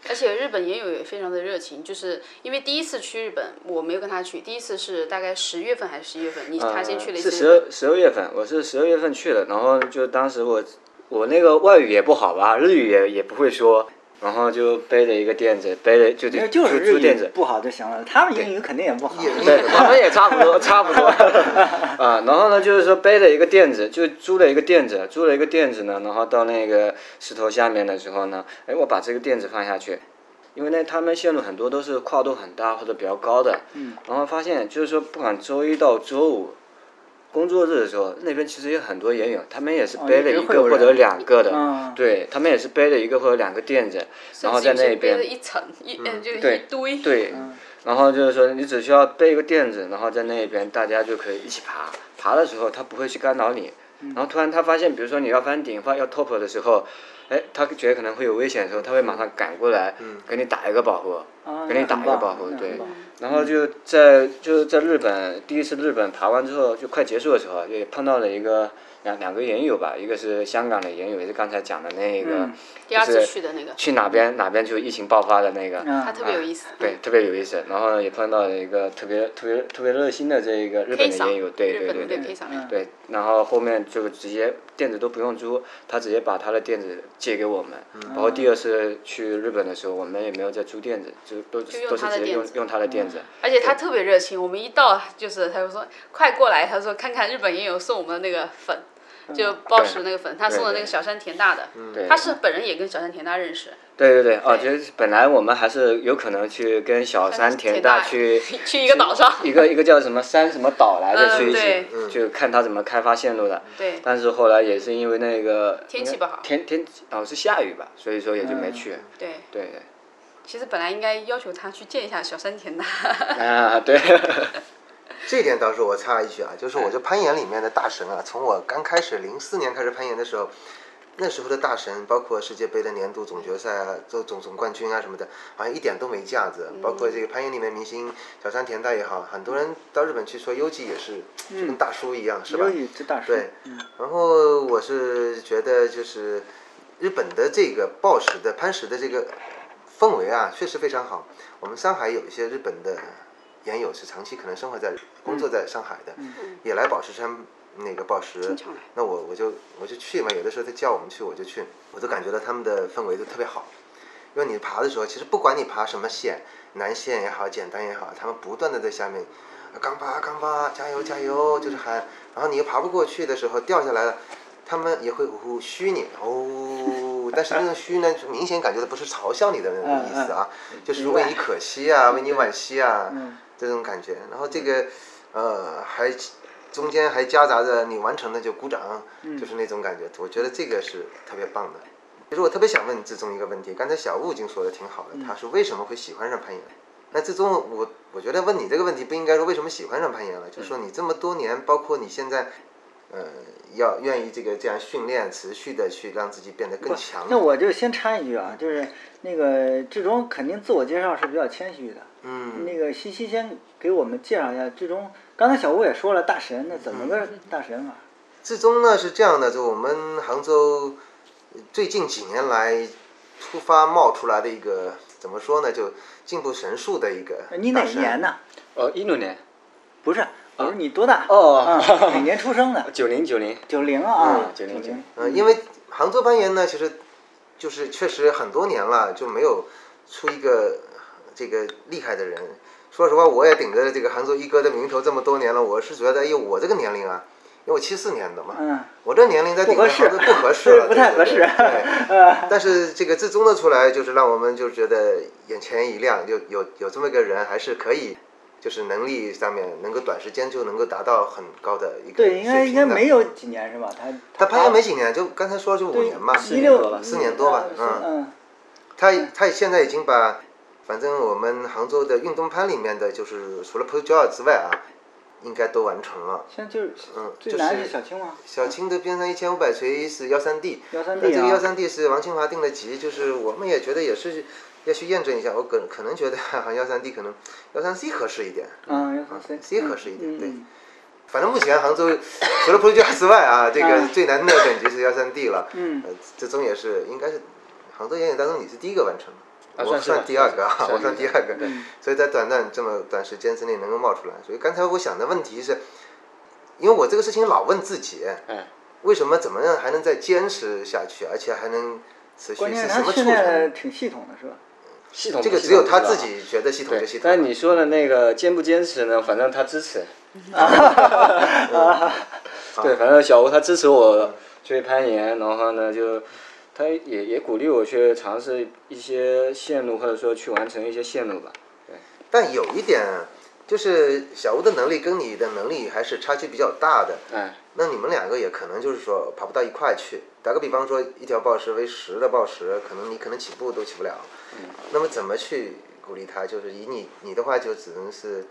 Speaker 3: 而且日本也有也非常的热情，就是因为第一次去日本，我没有跟他去，第一次是大概十月份还是十一月份，你他先去了一次
Speaker 2: 呃是
Speaker 3: 日
Speaker 2: 十
Speaker 3: 本。
Speaker 2: 二十二月份，我是十二月份去的，然后就当时我我那个外语也不好吧，日语也也不会说，然后就背着一个垫子，背着就
Speaker 5: 因
Speaker 2: 就
Speaker 5: 为就是
Speaker 2: 租
Speaker 5: 日
Speaker 2: 垫子
Speaker 5: 语，不好就行了，他们英语肯定也不 好。
Speaker 2: 对，我们也差不 多，差不多。啊，然后呢，就是说背了一个垫子，就租了一个垫子，租了一个垫子呢，然后到那个石头下面的时候呢，哎，我把这个垫子放下去，因为呢，他们线路很多都是跨度很大或者比较高的，嗯，然后发现就是说，不管周一到周五。工作日的时候，那边其实有很多也有，他们也是
Speaker 5: 哦
Speaker 2: 背
Speaker 5: 也
Speaker 2: 了
Speaker 5: 是
Speaker 2: 一
Speaker 5: 会
Speaker 2: 个
Speaker 5: 有
Speaker 2: 或者
Speaker 5: 人
Speaker 2: 两个的，
Speaker 5: 嗯
Speaker 2: 对他们也是背了一个或者两个垫子，然后在那
Speaker 3: 自己
Speaker 2: 边
Speaker 3: 是背了一层一嗯就是一堆，
Speaker 2: 对，
Speaker 5: 嗯
Speaker 2: 然后就是说你只需要备一个垫子，然后在那边大家就可以一起爬。爬的时候他不会去干扰你，
Speaker 5: 嗯
Speaker 2: 然后突然他发现，比如说你要翻顶或要 top 的时候，哎，他觉得可能会有危险的时候，他会马上赶过来，给你打一个保护。
Speaker 5: 嗯啊
Speaker 2: 给你
Speaker 5: 那
Speaker 2: 打
Speaker 5: 很
Speaker 2: 一个
Speaker 5: 棒
Speaker 2: 保护
Speaker 5: 那很
Speaker 2: 对
Speaker 5: 棒嗯
Speaker 2: 然后就在就是在日本第一次日本爬完之后，就快结束的时候，也碰到了一个两两个研友吧，一个是香港的研友，也是刚才讲的那个，
Speaker 5: 嗯
Speaker 3: 第二
Speaker 2: 就
Speaker 3: 次
Speaker 2: 是
Speaker 3: 去的那个，
Speaker 2: 去哪边哪边就疫情爆发的那个，
Speaker 5: 啊
Speaker 3: 他特别有意思。
Speaker 2: 对，特别有意思。然后呢，也碰到了一个特别特别特别热心的这一个日本
Speaker 3: K
Speaker 2: 的
Speaker 3: 赏，
Speaker 2: 也有，对
Speaker 3: 嗯日
Speaker 2: 对
Speaker 3: 本的
Speaker 2: 对对嗯
Speaker 3: 对 K 赏，
Speaker 2: 对。然后后面就直接垫子都不用租，他直接把他的垫子借给我们。
Speaker 3: 嗯
Speaker 2: 包括第二次去日本的时候，我们也没有再租垫子，就都
Speaker 3: 就用
Speaker 2: 都是
Speaker 3: 他的
Speaker 2: 直接
Speaker 3: 垫
Speaker 2: 用
Speaker 3: 子嗯
Speaker 2: 用他的垫子。
Speaker 3: 而且他特别热情。我们一到就是他就说快过来，他说看看日本也有送我们的那个粉，
Speaker 2: 嗯
Speaker 3: 就 Bosch 的那个粉，他送的那个小山田大的，他是本人也跟小山田大认识，
Speaker 2: 对对对，哦，就是本来我们还是有可能去跟小山田 大去
Speaker 3: 去一个岛上，
Speaker 2: 一个一个叫什么山什么岛来的
Speaker 3: 嗯
Speaker 2: 去一
Speaker 3: 对嗯
Speaker 2: 起，就看他怎么开发线路的。
Speaker 3: 对，
Speaker 2: 但是后来也是因为那个
Speaker 3: 天气不好嗯
Speaker 2: 天天老是下雨吧，所以说也就没去。
Speaker 3: 对。
Speaker 2: 对对，
Speaker 3: 其实本来应该要求他去见一下小山田大，
Speaker 2: 啊对，
Speaker 4: 这点倒是我插一句啊，就是我这攀岩里面的大神啊，从我刚开始零四年开始攀岩的时候，那时候的大神，包括世界杯的年度总决赛啊、总总总冠军啊什么的，好像一点都没架子。包括这个攀岩里面明星小山田大也好，很多人到日本去说优吉也是，就跟大叔一样，是吧？
Speaker 5: 优语之大师。
Speaker 4: 对，
Speaker 3: 嗯
Speaker 4: 然后我是觉得就是日本的这个暴食的攀石的这个氛围啊，确实非常好。我们上海有一些日本的研友是长期可能生活
Speaker 3: 嗯
Speaker 4: 在工作在上海的，也来宝石山那个暴石
Speaker 3: 经常来，
Speaker 4: 那我我就我就去嘛，有的时候他叫我们去我就去，我都感觉到他们的氛围都特别好。因为你爬的时候，其实不管你爬什么线，南线也好，简单也好，他们不断的在下面，啊刚爬刚爬，加油加油，就是喊。然后你又爬不过去的时候，掉下来了，他们也会呜呼虚你哦。但是那个虚呢，就明显感觉到不是嘲笑你的那种意思啊，就是为你可惜啊，为你惋惜啊，这种感觉。然后这个，呃，还中间还夹杂着你完成了就鼓掌，就是那种感觉。我觉得这个是特别棒的。其实我特别想问志忠一个问题，刚才小雾已经说的挺好的，他是为什么会喜欢上攀岩？那志忠，我我觉得问你这个问题不应该说为什么喜欢上攀岩了，就是说你这么多年，包括你现在，呃，要愿意这个这样训练，持续的去让自己变得更强。
Speaker 5: 那我就先插一句啊，就是那个志忠肯定自我介绍是比较谦虚的，
Speaker 4: 嗯，
Speaker 5: 那个西西先给我们介绍一下，最终刚才小吴也说了大神，那怎么个大神啊法？
Speaker 4: 最终呢是这样的，就我们杭州呃最近几年来突发冒出来的一个怎么说呢，就进步神速的一个。
Speaker 5: 呃你哪年
Speaker 4: 呢？
Speaker 5: 呢？
Speaker 2: 哦，一六年，
Speaker 5: 不
Speaker 4: 啊
Speaker 5: 是，我说你多大？
Speaker 2: 哦
Speaker 5: 啊哪年出生的？
Speaker 2: 九零九零，
Speaker 5: 九零啊，
Speaker 2: 嗯90
Speaker 5: 零
Speaker 2: 90。
Speaker 4: 嗯，因为杭州攀岩呢，其实就是确实很多年了，就没有出一个这个厉害的人。说实话，我也顶着这个杭州一哥的名头这么多年了，我是觉得，哎呦，我这个年龄啊，因为我七四年的嘛，
Speaker 5: 嗯，
Speaker 4: 我这年龄在顶着杭州不合适了，
Speaker 5: 不太合适
Speaker 4: 对对对对但是这个最终的出来，就是让我们就觉得眼前一亮，就有有这么一个人，还是可以，就是能力上面能够短时间就能够达到很高的一个水
Speaker 5: 对，
Speaker 4: 平
Speaker 5: 应
Speaker 4: 的。
Speaker 5: 该应该没有几年是吧？他
Speaker 4: 他攀岩没几年，就刚才说就五
Speaker 5: 对
Speaker 4: 年嘛，
Speaker 5: 一
Speaker 2: 年多
Speaker 5: 六
Speaker 2: 吧
Speaker 4: 四年多吧
Speaker 5: 嗯
Speaker 4: 嗯
Speaker 5: 嗯，
Speaker 4: 他他现在已经把，反正我们杭州的运动攀里面的，就是除了 p o j o 之外啊，应该都完成了。
Speaker 5: 现在就是
Speaker 4: 嗯，
Speaker 5: 最
Speaker 4: 就
Speaker 5: 难是小
Speaker 4: 是
Speaker 5: 青吗？
Speaker 4: 小青的边上一千五百锤是幺三 D，
Speaker 5: 幺三
Speaker 4: 那
Speaker 5: D
Speaker 4: 这个幺
Speaker 5: 啊，
Speaker 4: 三 D 是王清华定的级，就是我们也觉得也是要去验证一下。我可可能觉得哈哈幺三 D 可能幺三 C 合适一点。
Speaker 5: 嗯，幺三 C
Speaker 4: C 合适一点
Speaker 5: 嗯
Speaker 4: 对
Speaker 5: 嗯
Speaker 4: 反正目前杭州除了 p o j o 之外啊，这个
Speaker 5: 嗯
Speaker 4: 最难的等级是幺三 D 了。
Speaker 5: 嗯
Speaker 4: 呃，最终也是应该是杭州演讲当中你是第一个完成的。
Speaker 2: 啊
Speaker 4: 我
Speaker 2: 算是吧
Speaker 4: 算第二个 啊，
Speaker 2: 算
Speaker 4: 我
Speaker 2: 是
Speaker 4: 算第二个，所以在短暂这么短时间之内能够冒出来，所以刚才我想的问题是，因为我这个事情老问自己，
Speaker 2: 哎，
Speaker 4: 为什么怎么样还能再坚持下去，而且还能持续
Speaker 5: 关键
Speaker 4: 是
Speaker 5: 是嗯
Speaker 4: 什
Speaker 5: 他
Speaker 4: 么促
Speaker 5: 训
Speaker 4: 成
Speaker 5: 练的？
Speaker 4: 的
Speaker 5: 挺系统的，是吧？
Speaker 2: 系统
Speaker 4: 这
Speaker 2: 不
Speaker 4: 个
Speaker 2: 系
Speaker 4: 只有
Speaker 2: 统
Speaker 4: 他
Speaker 2: 不知
Speaker 4: 自
Speaker 2: 道
Speaker 4: 己觉得系统
Speaker 2: 对
Speaker 4: 就系，统。
Speaker 2: 但你说的那个坚不坚持呢？反正他支持。
Speaker 4: 嗯
Speaker 2: 对，反正小吴他支持我去攀岩，然后呢，就他也也鼓励我去尝试一些线路，或者说去完成一些线路吧。
Speaker 4: 但有一点就是小吴的能力跟你的能力还是差距比较大的，
Speaker 2: 哎，
Speaker 4: 那你们两个也可能就是说爬不到一块去。打个比方说，一条报时为十的报时，可能你可能起步都起不了。那么怎么去鼓励他？就是以你你的话，就只能是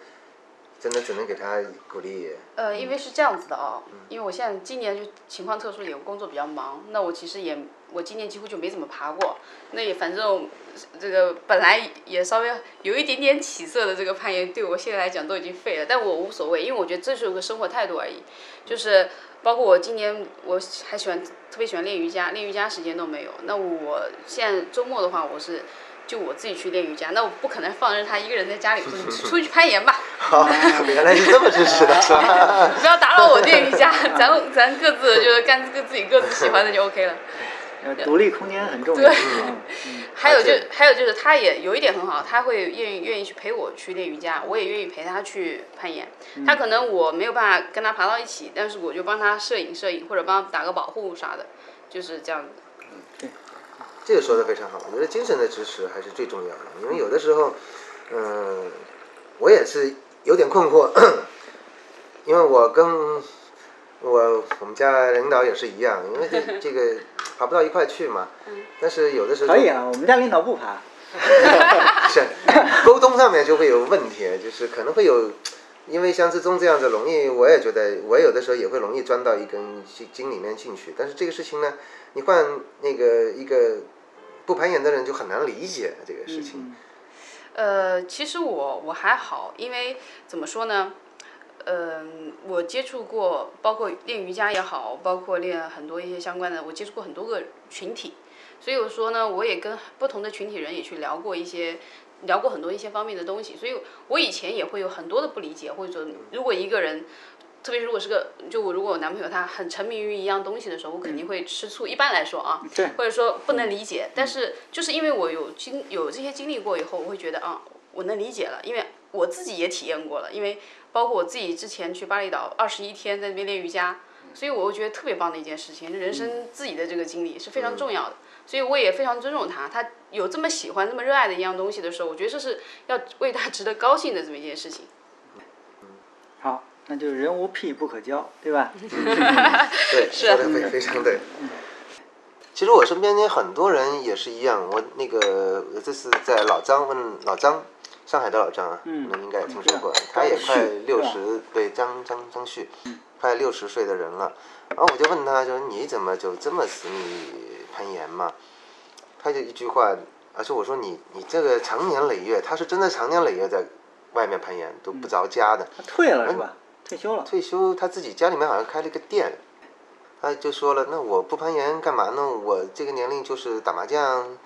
Speaker 4: 真的只能给他鼓励。
Speaker 3: 呃，因为是这样子的哦，因为我现在今年就情况特殊一点，我工作比较忙，那我其实也我今年几乎就没怎么爬过，那也反正这个本来也稍微有一点点起色的这个攀岩，对我现在来讲都已经废了，但我无所谓，因为我觉得这是一个生活态度而已，就是包括我今年我还喜欢特别喜欢练瑜伽，练瑜伽时间都没有，那我现在周末的话我是。就我自己去练瑜伽，那我不可能放任他一个人在家里，我说你出去攀岩吧，
Speaker 4: 好，哦原来是这么支持的，是吧？
Speaker 3: 不要打扰我练瑜伽，咱咱各自就是干各自己各自喜欢的就 OK 了。
Speaker 5: 呃独立空间很重要。嗯
Speaker 3: 还有就
Speaker 4: 啊对
Speaker 3: 还有就是，他也有一点很好，他会愿意愿意去陪我去练瑜伽，我也愿意陪他去攀岩。他可能我没有办法跟他爬到一起，但是我就帮他摄影摄影，或者帮他打个保护啥的，就是这样子。
Speaker 4: 这个说的非常好，我觉得精神的支持还是最重要的，因为有的时候，嗯、我也是有点困惑， 因为我跟我我们家领导也是一样，因为这这个爬不到一块去嘛，但是有的时候
Speaker 5: 可以啊，我们家领导不爬，
Speaker 4: 是沟通上面就会有问题，就是可能会有，因为像志忠这样子，容易我也觉得，我有的时候也会容易钻到一根筋筋里面进去。但是这个事情呢，你换那个一个不攀岩的人就很难理解这个事情。
Speaker 3: 呃，其实我我还好，因为怎么说呢，嗯、我接触过，包括练瑜伽也好，包括练很多一些相关的，我接触过很多个群体，所以我说呢，我也跟不同的群体人也去聊过一些。聊过很多一些方面的东西，所以我以前也会有很多的不理解，或者说，如果一个人，特别如果是个，就我如果我男朋友他很沉迷于一样东西的时候，我肯定会吃醋。一般来说啊，
Speaker 5: 对
Speaker 3: 或者说不能理解，但是就是因为我有经有这些经历过以后，我会觉得啊，我能理解了，因为我自己也体验过了，因为包括我自己之前去巴厘岛二十一天在那边练瑜伽，所以我觉得特别棒的一件事情，人生自己的这个经历是非常重要的。所以我也非常尊重他，他有这么喜欢、这么热爱的一样东西的时候，我觉得这是要为他 值得高兴的这么一件事情。
Speaker 5: 好，那就是人无癖不可交，对吧？
Speaker 4: 对，
Speaker 3: 是
Speaker 4: 说的非非常对。啊其实我身边也很多人也是一样，我那个我这次在老张问老张，上海的老张啊，
Speaker 5: 嗯
Speaker 4: 你们应该也听说过
Speaker 5: 嗯，
Speaker 4: 他也
Speaker 5: 张
Speaker 4: 快
Speaker 5: 旭
Speaker 4: 六
Speaker 5: 是嗯
Speaker 4: 十，对张张张旭，快六十岁的人了。然后我就问他，就是你怎么就这么死你攀岩嘛？他就一句话而且我说你你这个长年累月，他是真的长年累月在外面攀岩都不着家的，
Speaker 5: 他退了是吧？退休了，
Speaker 4: 退休，他自己家里面好像开了一个店，他就说了，那我不攀岩干嘛呢？我这个年龄就是打麻将，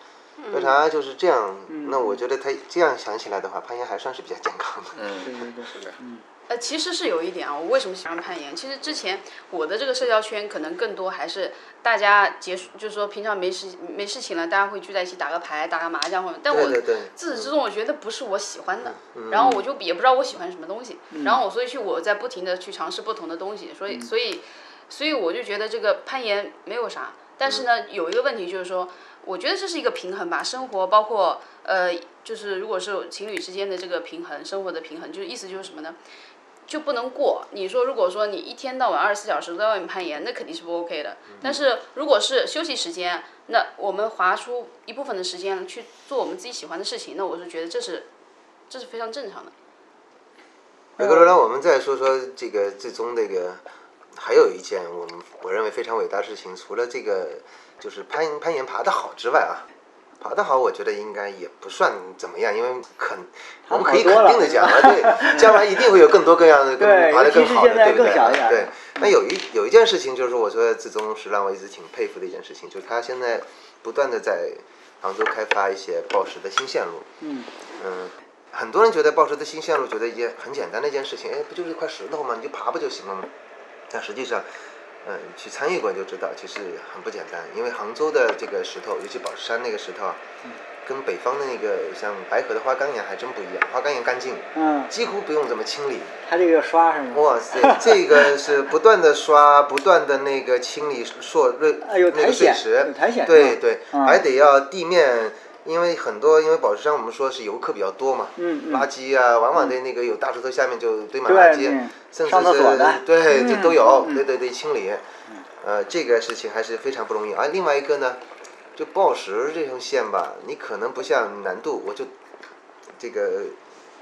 Speaker 4: 喝茶就是这样。那我觉得他这样想起来的话，攀岩还算是比较健康的。
Speaker 5: 对对对，嗯，
Speaker 3: 呃，其实是有一点啊，我为什么喜欢攀岩？其实之前我的这个社交圈可能更多还是大家结束，就是说平常没事没事情了，大家会聚在一起打个牌、打个麻将或者，但我
Speaker 4: 对对嗯对，
Speaker 3: 自始至终我觉得不是我喜欢的，然后我就也不知道我喜欢什么东西，然后我所以去我在不停的去尝试不同的东西，
Speaker 4: 嗯
Speaker 3: 所以所以所以我就觉得这个攀岩没有啥，但是
Speaker 4: 嗯
Speaker 3: 呢，有一个问题就是说，我觉得这是一个平衡吧，生活包括呃，就是如果是情侣之间的这个平衡，生活的平衡，就是意思就是什么呢？就不能过。你说，如果说你一天到晚二十四小时都在外面攀岩，那肯定是不 OK 的。但是如果是休息时间，那我们划出一部分的时间去做我们自己喜欢的事情，那我是觉得这是这是非常正常的。
Speaker 4: 回过头来，我们再说说这个最终这个，还有一件我们我认为非常伟大的事情，除了这个就是攀攀岩爬得好之外啊，爬得好我觉得应该也不算怎么样，因为肯我们可以肯定的讲啊，对，将来一定会有更多各样的更
Speaker 5: 对
Speaker 4: 爬得更好
Speaker 5: 尤其是现
Speaker 4: 的，
Speaker 5: 在
Speaker 4: 对不对
Speaker 5: 更小一点？
Speaker 4: 对。那有一有一件事情就是我觉得志宗是让我一直挺佩服的一件事情，就是他现在不断的在杭州开发一些报时的新线路，
Speaker 5: 嗯，
Speaker 4: 嗯，很多人觉得报时的新线路，觉得一件很简单的一件事情，哎，不就是一块石头吗？你就爬不就行了吗？但实际上，嗯，去参与过就知道，其实很不简单。因为杭州的这个石头，尤其宝石山那个石头啊，
Speaker 5: 嗯
Speaker 4: 跟北方的那个像白河的花岗岩还真不一样。花岗岩干净，
Speaker 5: 嗯，
Speaker 4: 几乎不用怎么清理。
Speaker 5: 他这个刷是
Speaker 2: 哦
Speaker 5: 吗？
Speaker 4: 哇塞， 这个是不断的刷，不断的那个清理硕瑞
Speaker 5: 啊有
Speaker 4: 那
Speaker 5: 苔
Speaker 4: 个碎
Speaker 5: 藓
Speaker 4: 石
Speaker 5: 有苔藓
Speaker 4: 对
Speaker 5: 嗯
Speaker 4: 对，
Speaker 5: 嗯
Speaker 4: 还得要地面，因为很多因为宝石山我们说是游客比较多嘛，
Speaker 5: 嗯嗯
Speaker 4: 垃圾啊，往往的那个有大石头下面就堆满
Speaker 5: 对
Speaker 4: 垃圾
Speaker 5: 嗯，
Speaker 4: 甚至
Speaker 5: 上厕
Speaker 4: 是
Speaker 5: 所的
Speaker 4: 对这都有，
Speaker 5: 嗯
Speaker 4: 对对对，清理，呃，这个事情还是非常不容易。而啊另外一个呢，就报时这条线吧，你可能不像难度，我就这个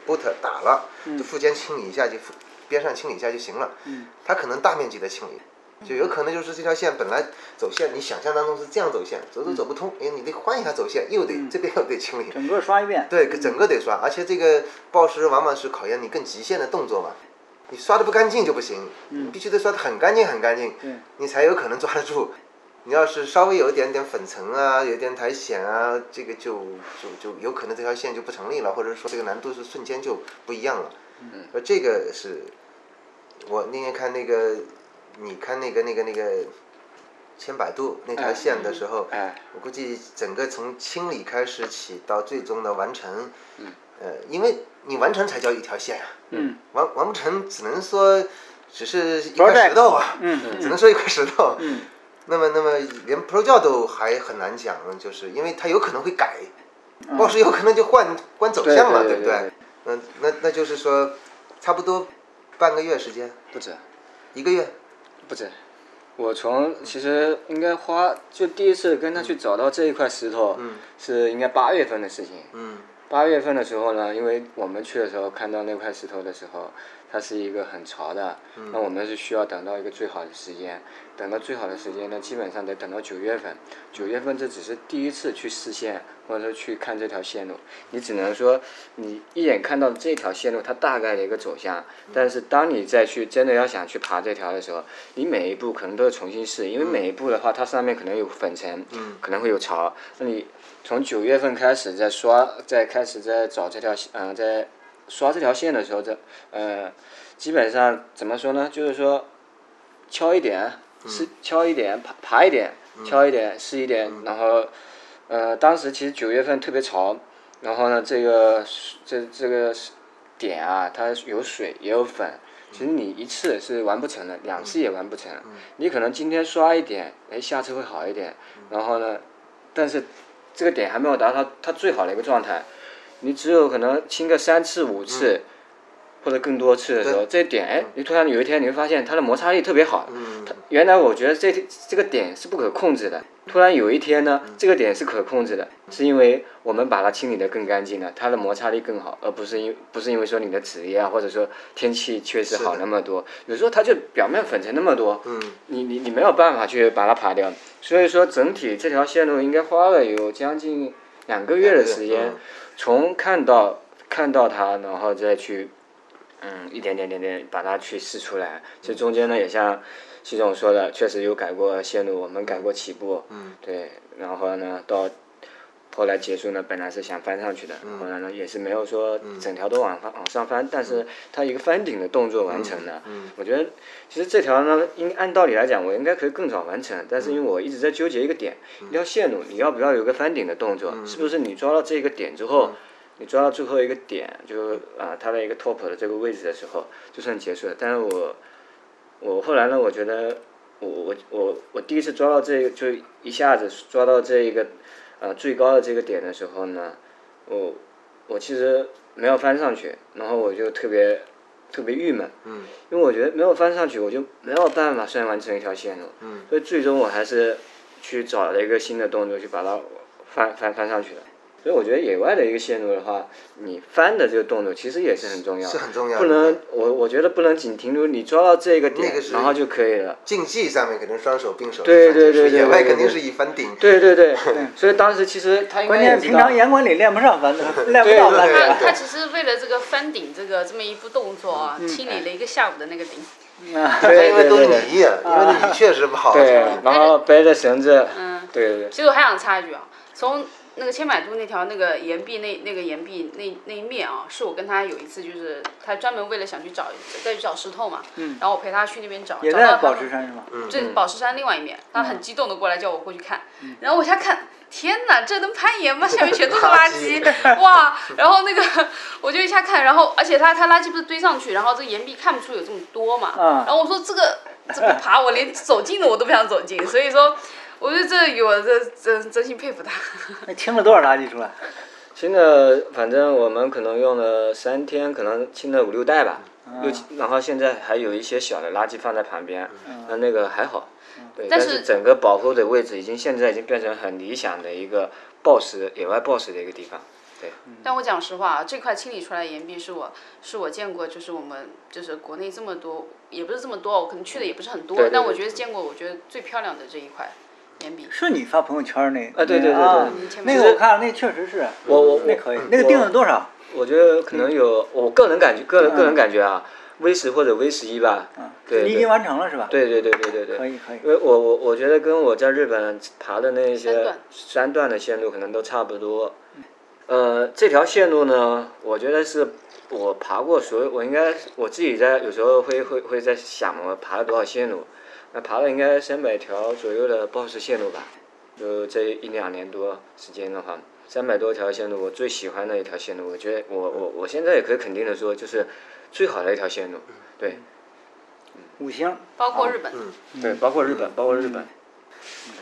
Speaker 4: boot 打了，就腹间清理一下就腹边上清理一下就行了。
Speaker 5: 嗯
Speaker 4: 它可能大面积的清理，就有可能就是这条线本来走线，你想象当中是这样走线，走走走不通，哎，你得换一下走线，又
Speaker 5: 嗯
Speaker 4: 得这边又得清理。
Speaker 5: 整个刷一遍。
Speaker 4: 对，整个得刷，而且这个暴食往往是考验你更极限的动作嘛。你刷的不干净就不行，你必须得刷的很干净很干净，
Speaker 5: 对
Speaker 4: 你才有可能抓得住。你要是稍微有一点点粉尘啊，有一点苔藓啊，这个就就就有可能这条线就不成立了，或者说这个难度是瞬间就不一样了。嗯，而这个是，我那天看那个，你看那个那个那个，千百度那条线的时候，
Speaker 2: 哎，
Speaker 4: 我估计整个从清理开始起到最终的完成，
Speaker 2: 嗯
Speaker 4: 呃，因为你完成才叫一条线呀、
Speaker 5: 嗯
Speaker 4: 完完不成只能说只是一块石头啊，
Speaker 5: 嗯
Speaker 4: 只能说一块石头。
Speaker 5: 嗯
Speaker 4: 那么，那么连 Pro 教都还很难讲，就是因为它有可能会改，或是有可能就换换走向了，
Speaker 2: 嗯对对
Speaker 4: 不
Speaker 2: 对
Speaker 4: 对？嗯，那那就是说，差不多半个月时间，
Speaker 2: 不止，
Speaker 4: 一个月，
Speaker 2: 不止。我从其实应该花就第一次跟他去找到这一块石头，是应该八月份的事情。
Speaker 4: 嗯
Speaker 2: 八月份的时候呢，因为我们去的时候看到那块石头的时候，它是一个很潮的，那我们是需要等到一个最好的时间，等到最好的时间呢，基本上得等到九月份。九月份这只是第一次去试线，或者说去看这条线路，你只能说你一眼看到这条线路它大概的一个走向，但是当你再去真的要想去爬这条的时候，你每一步可能都要重新试，因为每一步的话，它上面可能有粉尘，可能会有潮，那你从九月份开始在刷，在开始在找这条，嗯、呃，在刷这条线的时候，这呃，基本上怎么说呢？就是说，敲一点，是敲一点，爬爬一点，敲一点，试一点，然后，呃，当时其实九月份特别潮，然后呢，这个这这个点啊，它有水也有粉。其实你一次是完不成的，两次也完不成。你可能今天刷一点，哎，下次会好一点。然后呢，但是这个点还没有达到它它最好的一个状态，你只有可能清个三次五次、或者更多次的时候，这点哎，你突然有一天你会发现它的摩擦力特别好，它原来我觉得这这个点是不可控制的，突然有一天呢，
Speaker 4: 嗯
Speaker 2: 这个点是可控制的，是因为我们把它清理得更干净了，它的摩擦力更好，而不是因不是因为说你的职业啊，或者说天气确实好那么多，有时候它就表面粉尘那么多，
Speaker 4: 嗯，
Speaker 2: 你你你没有办法去把它爬掉，所以说整体这条线路应该花了有将近两个月的时
Speaker 4: 两个
Speaker 2: 间
Speaker 4: 月嗯，
Speaker 2: 从看到看到它，然后再去，嗯，一点点点点把它去试出来。这中间呢，也像习总说的，确实有改过线路，我们改过起步，
Speaker 4: 嗯，
Speaker 2: 对，然后呢，到后来结束呢，本来是想翻上去的，
Speaker 4: 嗯
Speaker 2: 后来呢也是没有说整条都往翻、往上翻，但是它一个翻顶的动作完成了。
Speaker 4: 嗯
Speaker 2: 我觉得其实这条呢，应按道理来讲，我应该可以更早完成，但
Speaker 4: 嗯
Speaker 2: 是因为我一直在纠结一个点，一条线路你要不要有个翻顶的动作？
Speaker 4: 嗯
Speaker 2: 是不是你抓到这个点之后？你抓到最后一个点，就是啊、它的一个 top 的这个位置的时候，就算结束了。但是我，我后来呢，我觉得我我我我第一次抓到这个，就一下子抓到这一个呃最高的这个点的时候呢，我我其实没有翻上去，然后我就特别特别郁闷，
Speaker 4: 嗯，
Speaker 2: 因为我觉得没有翻上去，我就没有办法算完成一条线路，
Speaker 4: 嗯，
Speaker 2: 所以最终我还是去找了一个新的动作去把它翻翻翻上去的。所以我觉得野外的一个线路的话，你翻的这个动作其实也是很重要的，
Speaker 4: 是很重要的
Speaker 2: 不能我我觉得不能仅停留你抓到这个点，
Speaker 4: 那个是
Speaker 2: 然后就可以了。
Speaker 4: 竞技上面肯定双手并手，
Speaker 2: 对对对对
Speaker 4: 野
Speaker 2: 对
Speaker 4: 外
Speaker 2: 对
Speaker 4: 肯定
Speaker 2: 对
Speaker 4: 是以翻顶，
Speaker 2: 对对对，所以当时其实他应
Speaker 5: 关
Speaker 2: 该也
Speaker 5: 键
Speaker 2: 知
Speaker 5: 平
Speaker 2: 道
Speaker 5: 常严管理练不上翻，练不
Speaker 2: 对
Speaker 5: 到
Speaker 2: 对
Speaker 5: 翻
Speaker 4: 对
Speaker 5: 的
Speaker 3: 他他其实为了这个翻顶这个这么一步动作啊，清理了一个下午的那个顶。
Speaker 5: 嗯
Speaker 2: 对
Speaker 4: 因为都是泥
Speaker 2: 对啊
Speaker 4: 呀，因为泥确实不好。嗯
Speaker 2: 对，然后背着绳子，对对对，
Speaker 3: 其实我还想插一句啊，从那个千百度那条那个岩壁那那个岩壁那那一面啊，是我跟他有一次就是他专门为了想去找再去找石头嘛，然后我陪他去那边找，
Speaker 5: 也
Speaker 3: 找到
Speaker 5: 在
Speaker 3: 他
Speaker 5: 宝石山是吗？
Speaker 2: 嗯
Speaker 3: 这宝石山另外一面，他很激动的过来叫我过去看，
Speaker 2: 嗯
Speaker 3: 然后我一下看，天哪，这能攀岩吗？下面全都是垃
Speaker 4: 垃
Speaker 3: 圾
Speaker 4: 圾，
Speaker 3: 哇！然后那个我就一下看，然后而且他他垃圾不是堆上去，然后这个岩壁看不出有这么多嘛，
Speaker 5: 嗯
Speaker 3: 然后我说这个这个爬我连走近的我都不想走近，所以说。我对这有这真真心佩服他，
Speaker 5: 那清了多少垃圾出来？
Speaker 2: 清了，反正我们可能用了三天，可能清了五六袋吧，六七，然后现在还有一些小的垃圾放在旁边，那那个还好，对，但
Speaker 3: 是
Speaker 2: 是整个保护的位置已经现在已经变成很理想的一个暴食野外暴食的一个地方，对，
Speaker 3: 但我讲实话啊，这块清理出来的岩壁是我是我见过，就是我们就是国内这么多，也不是这么多，我可能去的也不是很多，
Speaker 2: 对对
Speaker 3: 但我
Speaker 2: 对
Speaker 3: 觉得见过我觉得最漂亮的这一块岩壁。
Speaker 5: 是你发朋友圈那啊
Speaker 2: 对对对对
Speaker 5: 对那个我看那确实是，
Speaker 2: 我我嗯
Speaker 5: 那可以，那个定了多少？
Speaker 2: 我觉得可能有，我个人感觉，个人个人感觉啊，V 十或者 V 十一吧，对，
Speaker 5: 你已
Speaker 2: 对
Speaker 5: 经完成了是吧？
Speaker 2: 对对对对对对，
Speaker 5: 可以可以
Speaker 2: 因为我我我觉得跟我在日本爬的那
Speaker 3: 三
Speaker 2: 些
Speaker 3: 段
Speaker 2: 三段的线路可能都差不多。呃，这条线路呢，我觉得是我爬过所有，我应该我自己在有时候会会会在想我爬了多少线路，那爬了应该三百条左右的 BOSS 线路吧，就这一两年多时间的话，三百多条线路，我最喜欢的一条线路，我觉得我我我现在也可以肯定的说，就是最好的一条线路，对
Speaker 5: 五星。嗯
Speaker 3: 包括日
Speaker 2: 嗯
Speaker 3: 本，
Speaker 2: 对，包括日本，包括日本，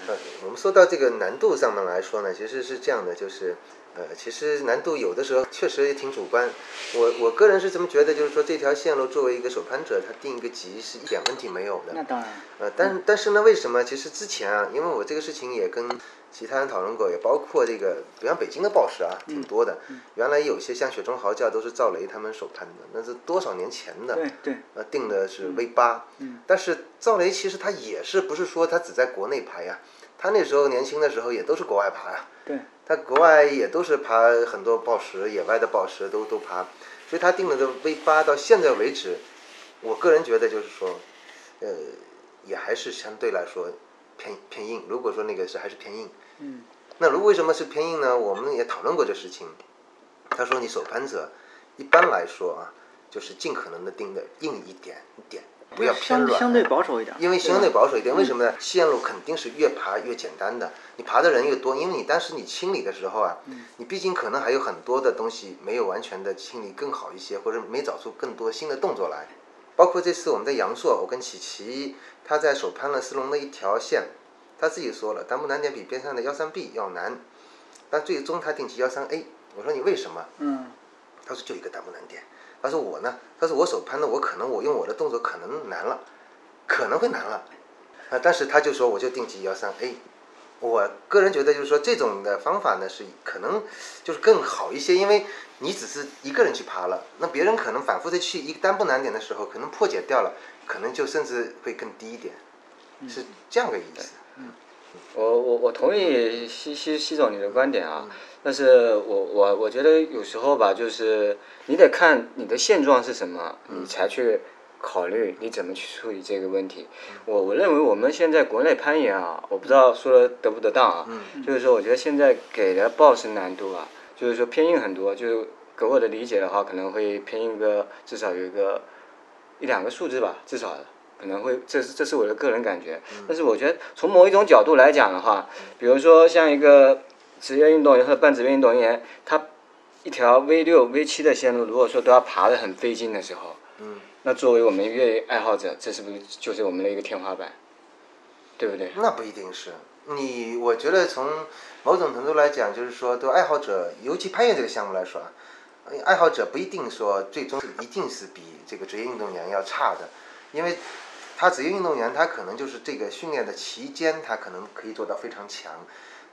Speaker 4: 呃我们说到这个难度上面来说呢，其实是这样的，就是。呃，其实难度有的时候确实也挺主观。我我个人是怎么觉得，就是说这条线路作为一个手攀者，他定一个级是一点问题没有的。
Speaker 5: 那当然，
Speaker 4: 呃，但但是呢，为什么？其实之前啊，因为我这个事情也跟其他人讨论过，也包括这个，比方北京的报石啊，挺多的。原来有些像雪中豪教都是赵雷他们首攀的，那是多少年前的？
Speaker 5: 对对，
Speaker 4: 呃，定的是 V 八、但是赵雷其实他也是不是说他只在国内爬呀，他那时候年轻的时候也都是国外爬呀，
Speaker 5: 对，
Speaker 4: 他国外也都是爬很多宝石，野外的宝石都都爬，所以他定了的 V 八到现在为止，我个人觉得就是说，呃，也还是相对来说偏偏硬，如果说那个是还是偏硬，
Speaker 5: 嗯，
Speaker 4: 那如为什么是偏硬呢？我们也讨论过这事情。他说，你手攀者一般来说啊，就是尽可能的盯的硬一点一点，不要偏
Speaker 5: 相
Speaker 4: 软。
Speaker 5: 相对保守一点，
Speaker 4: 因为相对保守一点，为什么呢？线路肯定是越爬越简单的，你爬的人越多，因为你当时你清理的时候啊，你毕竟可能还有很多的东西没有完全的清理更好一些，或者没找出更多新的动作来。包括这次我们在阳朔，我跟琪琪他在首攀了斯隆的一条线，他自己说了，单步难点比边上的幺三 B 要难，但最终他定级幺三 A。我说你为什么？
Speaker 5: 嗯，
Speaker 4: 他说就一个单步难点。他说我呢，他说我手攀的，我可能我用我的动作可能难了，可能会难了。啊，但是他就说我就定级幺三 A。我个人觉得就是说这种的方法呢是可能就是更好一些，因为你只是一个人去爬了，那别人可能反复的去一个单步难点的时候，可能破解掉了，可能就甚至会更低一点，是这样个意思。
Speaker 2: 我我我同意西西西总你的观点啊，但是我我我觉得有时候吧，就是你得看你的现状是什么，你才去考虑你怎么去处理这个问题。我我认为我们现在国内攀岩啊，我不知道说的得不得当啊，就是说我觉得现在给的 BOSS 难度啊，就是说偏硬很多，就是给我的理解的话，可能会偏硬个至少有一个一两个数字吧，至少的可能会，这是这是我的个人感觉。但是我觉得从某一种角度来讲的话，比如说像一个职业运动员或者半职业运动员，他一条 V 六、V 七的线路，如果说都要爬得很费劲的时候，
Speaker 4: 嗯，
Speaker 2: 那作为我们越野爱好者，这是不是就是我们的一个天花板？对不对？
Speaker 4: 那不一定是你，我觉得从某种程度来讲，就是说对爱好者，尤其攀岩这个项目来说啊，呃爱好者不一定说最终一定是比这个职业运动员要差的，因为他职业运动员他可能就是这个训练的期间，他可能可以做到非常强。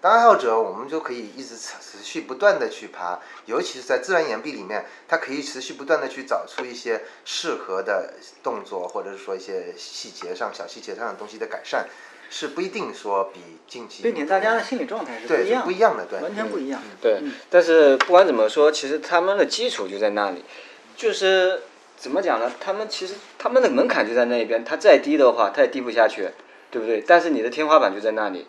Speaker 4: 当爱好者，我们就可以一直持持续不断的去爬，尤其是在自然岩壁里面，它可以持续不断的去找出一些适合的动作，或者是说一些细节上、小细节上的东西的改善，是不一定说比竞技
Speaker 5: 并且大家的心理状态是
Speaker 4: 对
Speaker 5: 一样的，
Speaker 4: 是不一样的，嗯对，
Speaker 5: 完全不一样。
Speaker 2: 对，但是不管怎么说，其实他们的基础就在那里，就是怎么讲呢？他们其实他们的门槛就在那边，他再低的话，他也低不下去，对不对？但是你的天花板就在那里，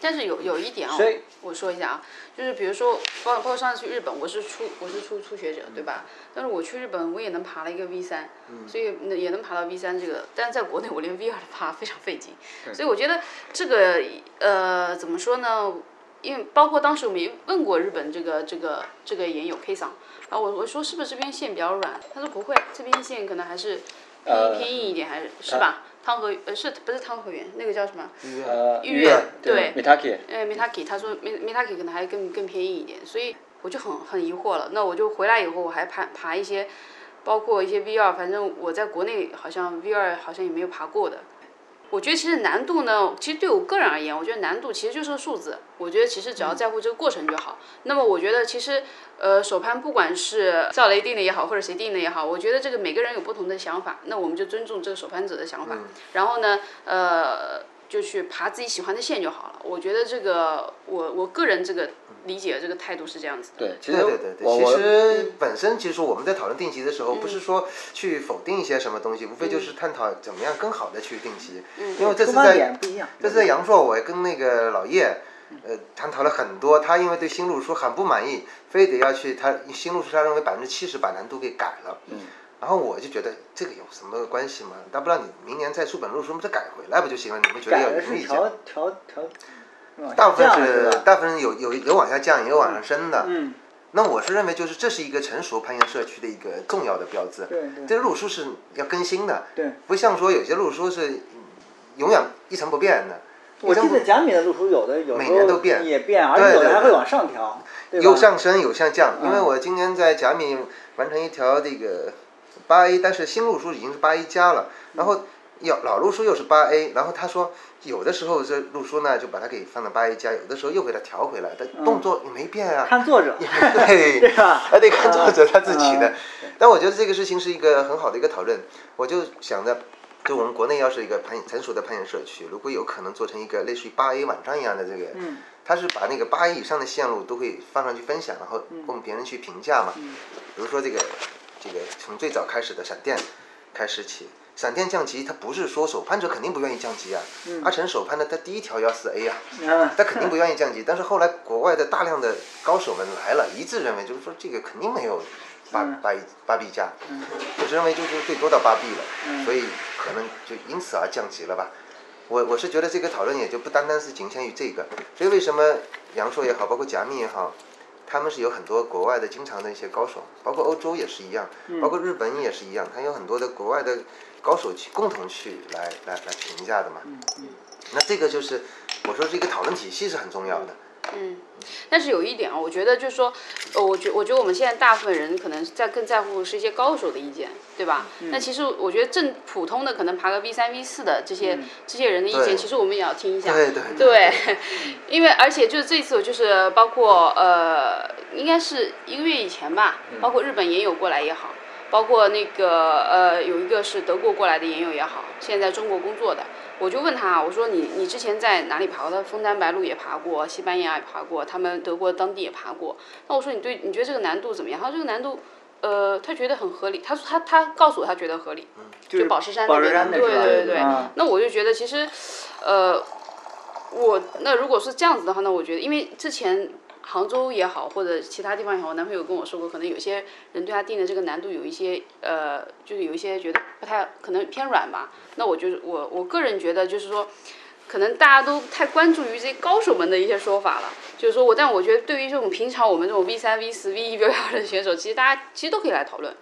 Speaker 3: 但是有有一点啊、
Speaker 2: 所以
Speaker 3: 我说一下啊，就是比如说，包包括上次去日本，我是初我是初初学
Speaker 2: 嗯
Speaker 3: 者，对吧？但是我去日本，我也能爬了一个 V 三、所以那也能爬到 V 三这个，但是在国内我连 V 二都爬非常费劲，所以我觉得这个呃怎么说呢？因为包括当时我们也问过日本这个这个这个岩友 K 桑，然后我我说是不是这边线比较软？他说不会，这边线可能还是偏、
Speaker 2: 呃
Speaker 3: 偏硬一
Speaker 2: 嗯
Speaker 3: 点，还是是吧？汤和呃是不是汤和源那个叫什么？
Speaker 2: 呃，
Speaker 3: 御苑对
Speaker 2: ，Mitaki，
Speaker 3: 呃 m i t a k i 他说 m i t a k i 可能还更更偏硬一点，所以我就很很疑惑了。那我就回来以后，我还爬爬一些，包括一些 V 二，反正我在国内好像 V 二好像也没有爬过的。我觉得其实难度呢，其实对我个人而言，我觉得难度其实就是个数字。我觉得其实只要在乎这个过程就好。那么我觉得其实，呃，手攀不管是赵雷定的也好，或者谁定的也好，我觉得这个每个人有不同的想法，那我们就尊重这个手攀者的想法。然后呢，呃，就去爬自己喜欢的线就好了。我觉得这个，我我个人这个理解这个态度是这样子的。
Speaker 2: 对，其实
Speaker 4: 嗯对对对
Speaker 2: 我
Speaker 4: 对，
Speaker 2: 我
Speaker 4: 其实本身其实我们在讨论定级的时候，不是
Speaker 5: 嗯
Speaker 4: 说去否定一些什么东西，无非就是探讨怎么样更好的去定级。因为
Speaker 5: 嗯出
Speaker 4: 这次
Speaker 5: 发点
Speaker 4: 在
Speaker 5: 不一样。
Speaker 4: 这次在阳朔，我也跟那个老叶，呃，探讨了很多。他因为对新路书很不满意，非得要去他新路书他认为百分之七十把难度给改了。
Speaker 5: 嗯
Speaker 4: 然后我就觉得这个有什么关系吗？大不了你明年在书本路书再改回来不就行了？你们觉得
Speaker 5: 改
Speaker 4: 有
Speaker 5: 的
Speaker 4: 什么
Speaker 5: 是
Speaker 4: 意见？
Speaker 5: 调调调，是吧
Speaker 4: 大部分
Speaker 5: 这样是
Speaker 4: 是
Speaker 5: 吧
Speaker 4: 大部分有有有往下降，也有往上升的。
Speaker 5: 嗯，
Speaker 4: 那我是认为，就是这是一个成熟攀岩社区的一个重要的标志。
Speaker 5: 对对
Speaker 4: 这路书是要更新的，
Speaker 5: 对。
Speaker 4: 不像说有些路书是嗯永远一成不变的。
Speaker 5: 我记得贾米的路书有的有
Speaker 4: 每
Speaker 5: 时
Speaker 4: 年都
Speaker 5: 候
Speaker 4: 变
Speaker 5: 也变，而且
Speaker 4: 对
Speaker 5: 有的
Speaker 4: 对
Speaker 5: 还
Speaker 4: 对
Speaker 5: 会往上调，对
Speaker 4: 有
Speaker 5: 吧？
Speaker 4: 上升有下
Speaker 5: 嗯
Speaker 4: 降，因为我今年在甲米完成一条这个八 A，但是新路书已经是八 A 加了，
Speaker 5: 嗯
Speaker 4: 然后有老路书又是八 A，然后他说有的时候这路书呢就把它给放到八 A 加，有的时候又给它调回来，但
Speaker 5: 嗯
Speaker 4: 动作也没变啊。
Speaker 5: 看作者，
Speaker 4: 对，
Speaker 5: 对吧
Speaker 4: 还得看作者他自己
Speaker 5: 啊
Speaker 4: 的。但我觉得这个事情是一个很好的一个讨论。我就想着，就我们国内要是一个攀成熟的攀岩社区，如果有可能做成一个类似于八 A 晚上一样的这个，
Speaker 5: 嗯
Speaker 4: 它是把那个八 A 以上的线路都会放上去分享，然后
Speaker 5: 嗯
Speaker 4: 供别人去评价嘛。比如说这个这个从最早开始的闪电开始起。闪电降级，它不是说手攀者肯定不愿意降级啊。阿成手攀的，他第一条幺四 A 啊，
Speaker 5: 嗯，
Speaker 4: 他肯定不愿意降级。但是后来国外的大量的高手们来了，一致认为就是说这个肯定没有八八八 B 加，就是认为就是最多到八 B 了，所以可能就因此而降级了吧。我我是觉得这个讨论也就不单单是仅限于这个，所以为什么杨硕也好，包括贾密也好，他们是有很多国外的经常的一些高手，包括欧洲也是一样，包括日本也是一样，它有很多的国外的高手去共同去来来来评价的嘛。那这个就是我说这个讨论体系是很重要的。
Speaker 3: 但是有一点啊，我觉得就是说，呃，我觉我觉得我们现在大部分人可能在更在乎是一些高手的意见，对吧？
Speaker 4: 嗯
Speaker 3: 那其实我觉得正普通的可能爬个 V 三 V 四的这些、这些人的意见，
Speaker 4: 嗯对
Speaker 3: 其实我们也要听一下。
Speaker 4: 对对
Speaker 3: 对，因为而且就是这次，我就是包括呃，应该是一个月以前吧，包括日本也有过来也好，包括那个呃，有一个是德国过来的研友也好，现在中国工作的，我就问他，我说你你之前在哪里爬过？他说枫丹白露也爬过，西班牙也爬过，他们德国当地也爬过。那我说你对你觉得这个难度怎么样？他说这个难度，呃，他觉得很合理。他说他他告诉我他觉得合理，
Speaker 5: 嗯就是
Speaker 3: 宝石山那
Speaker 5: 宝石
Speaker 3: 边
Speaker 5: 山
Speaker 3: 的
Speaker 5: 那
Speaker 3: 对
Speaker 5: 边
Speaker 3: 对对
Speaker 5: 啊
Speaker 3: 那我就觉得其实，呃，我那如果是这样子的话，那我觉得，因为之前杭州也好，或者其他地方也好，我男朋友跟我说过，可能有些人对他定的这个难度有一些呃，就是有一些觉得不太可能偏软吧。那我就是我我个人觉得就是说。可能大家都太关注于这些高手们的一些说法了，就是说我，但我觉得对于这种平常我们这种 V 三、V 四、V 一标杆的选手，其实大家其实都可以来讨论。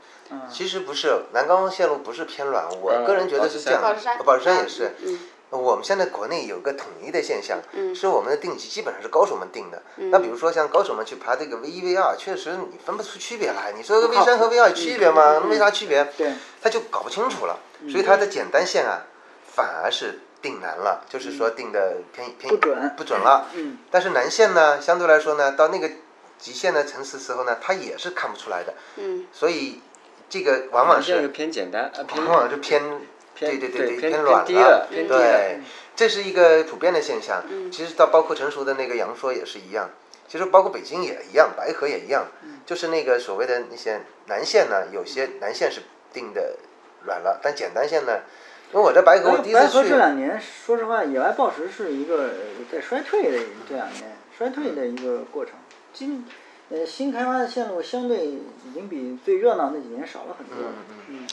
Speaker 4: 其实不是，南高峰线路不是偏软，我
Speaker 2: 嗯
Speaker 4: 个人觉得是这样
Speaker 2: 宝
Speaker 4: 的哦
Speaker 3: 宝石山，，
Speaker 4: 宝石山也是。
Speaker 3: 嗯，
Speaker 4: 我们现在国内有个统一的现象，
Speaker 5: 嗯
Speaker 4: 是我们的定级基本上是高手们定的。那比如说像高手们去爬这个 V 一 V 二，确实你分不出区别来。你说个 V 三和 V 二有区别吗？没啥区别，
Speaker 5: 嗯对，嗯
Speaker 4: 他就搞不清楚了。所以他的简单线啊，反而是定难了，就是说定的偏偏
Speaker 5: 嗯不准
Speaker 4: 不准了。
Speaker 5: 嗯，
Speaker 4: 但是南线呢，相对来说呢，到那个极限的层次时候呢，他也是看不出来的。
Speaker 3: 嗯，
Speaker 4: 所以这个往往
Speaker 2: 这
Speaker 4: 是
Speaker 2: 个偏简单，呃，偏
Speaker 4: 往往是啊偏对
Speaker 2: 偏
Speaker 4: 对
Speaker 2: 对
Speaker 4: 对
Speaker 2: 偏
Speaker 4: 软
Speaker 2: 低了，偏低了。嗯
Speaker 4: 对，这是一个普遍的现象。其实到包括成熟的那个阳说也是一样，其实包括北京也一样，白河也一样，
Speaker 2: 嗯
Speaker 4: 就是那个所谓的那些南线呢，有些南线是定的软了，但简单线呢，因为我在白
Speaker 2: 哎
Speaker 4: 河我第一
Speaker 5: 白
Speaker 4: 次
Speaker 5: 河
Speaker 4: 去
Speaker 5: 这，两年，说实话，野外暴食是一个在衰退的这两年衰退的一个过程。今呃新开发的线路相对已经比最热闹那几年少了很多了。嗯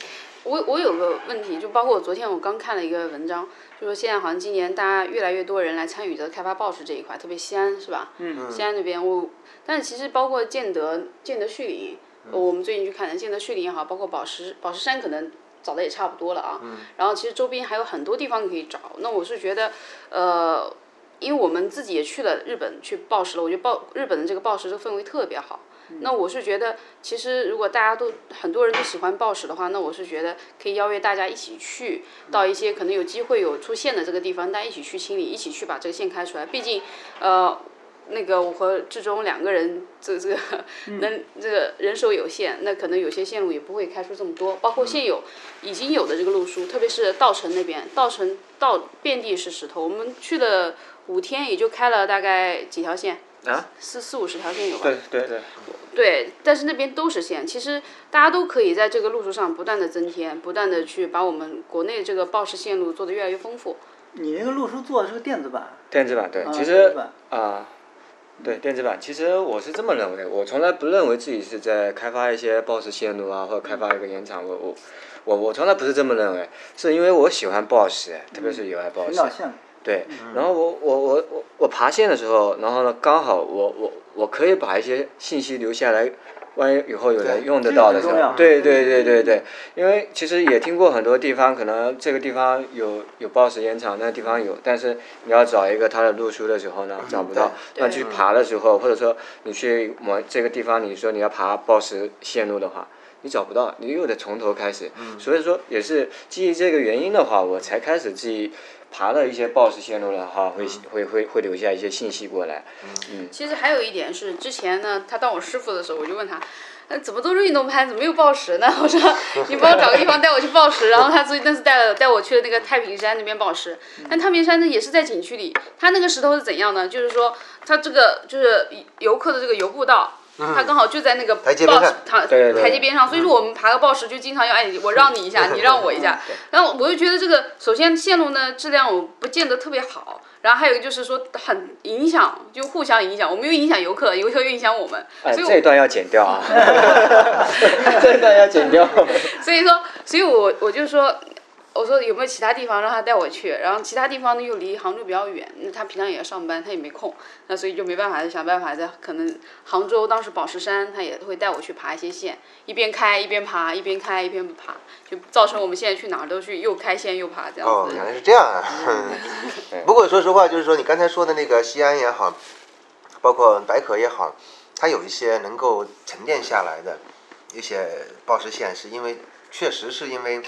Speaker 3: 我我有个问题，就包括我昨天我刚看了一个文章，就说现在好像今年大家越来越多人来参与这个开发报纸这一块，特别西安是吧？
Speaker 5: 嗯
Speaker 3: 西安那边我，但是其实包括建德、建德旭林，呃我们最近去看的建德旭林也好，包括宝石宝石山可能找的也差不多了啊。然后其实周边还有很多地方可以找。那我是觉得，呃，因为我们自己也去了日本去报时了，我觉得报日本的这个报时这个氛围特别好。
Speaker 2: 嗯
Speaker 3: 那我是觉得，其实如果大家都很多人都喜欢报时的话，那我是觉得可以邀约大家一起去
Speaker 2: 嗯
Speaker 3: 到一些可能有机会有出现的这个地方，大家一起去清理，一起去把这个线开出来。毕竟，呃，那个我和志忠两个人，这这个
Speaker 2: 嗯
Speaker 3: 能这个人手有限，那可能有些线路也不会开出这么多，包括
Speaker 2: 嗯
Speaker 3: 现有已经有的这个路书，特别是稻城那边，稻城到遍地是石头，我们去了五天，也就开了大概几条线，
Speaker 2: 啊，
Speaker 3: 四四五十条线有吧？
Speaker 2: 对对对，
Speaker 3: 对，但是那边都是线，其实大家都可以在这个路数上不断的增添，不断的去把我们国内这个报时线路做得越来越丰富。
Speaker 5: 你那个路书做的是个电子版，
Speaker 2: 电子版对，
Speaker 5: 啊
Speaker 2: 其
Speaker 5: 电
Speaker 2: 实
Speaker 5: 子版
Speaker 2: 啊，对电子版，其实我是这么认为的，我从来不认为自己是在开发一些 BOSS 线路啊，或者开发一个延长，我我我我从来不是这么认为，是因为我喜欢 BOSS，特别是野外 BOSS，、
Speaker 5: 引导线路。
Speaker 2: 对，然后我我我我我爬线的时候，然后呢，刚好我我我可以把一些信息留下来，万一以后有人用得到的时候
Speaker 5: 这个很重要，
Speaker 2: 对对对对对，因为其实也听过很多地方，可能这个地方有有 BOSS 烟厂，那个地方有，但是你要找一个它的路书的时候呢，找不到。那去爬的时候，或者说你去某这个地方，你说你要爬 BOSS 线路的话。你找不到，你又得从头开始。所以说，也是基于这个原因的话，我才开始记爬了一些 BOSS 线路的话，会会会会留下一些信息过来。
Speaker 3: 其实还有一点是，之前呢，他当我师傅的时候，我就问他，呃，怎么都是运动攀，怎么没有报时呢？我说，你帮我找个地方带我去报时。然后他最那次带了带我去了那个太平山那边报时，但太平山呢也是在景区里，它那个石头是怎样呢？就是说，它这个就是游客的这个游步道。它刚好就在那个台
Speaker 4: 阶边上
Speaker 2: 对对嗯
Speaker 3: 台阶边上，所以说我们爬个报时就经常要哎，我让你一下，你让我一
Speaker 4: 嗯
Speaker 3: 下。然后我就觉得这个，首先线路呢质量我不见得特别好，然后还有一个就是说很影响，就互相影响，我们又影响游客，游客又影响我们，
Speaker 2: 哎，
Speaker 3: 所以
Speaker 2: 这
Speaker 3: 我
Speaker 2: 一段要剪掉啊！ 这一段要剪掉。
Speaker 3: 所以说，所以我我就说，我说有没有其他地方让他带我去，然后其他地方呢又离杭州比较远，那他平常也要上班，他也没空，那所以就没办法，就想办法在可能杭州当时宝石山，他也会带我去爬一些线，一边开一边爬，一边开一边爬，就造成我们现在去哪儿都去又开线又爬这样
Speaker 4: 哦，
Speaker 3: 子。
Speaker 4: 原来是这样啊。 不过说实话，就是说你刚才说的那个西安也好，包括白河也好，它有一些能够沉淀下来的一些报时线，是因为确实是因为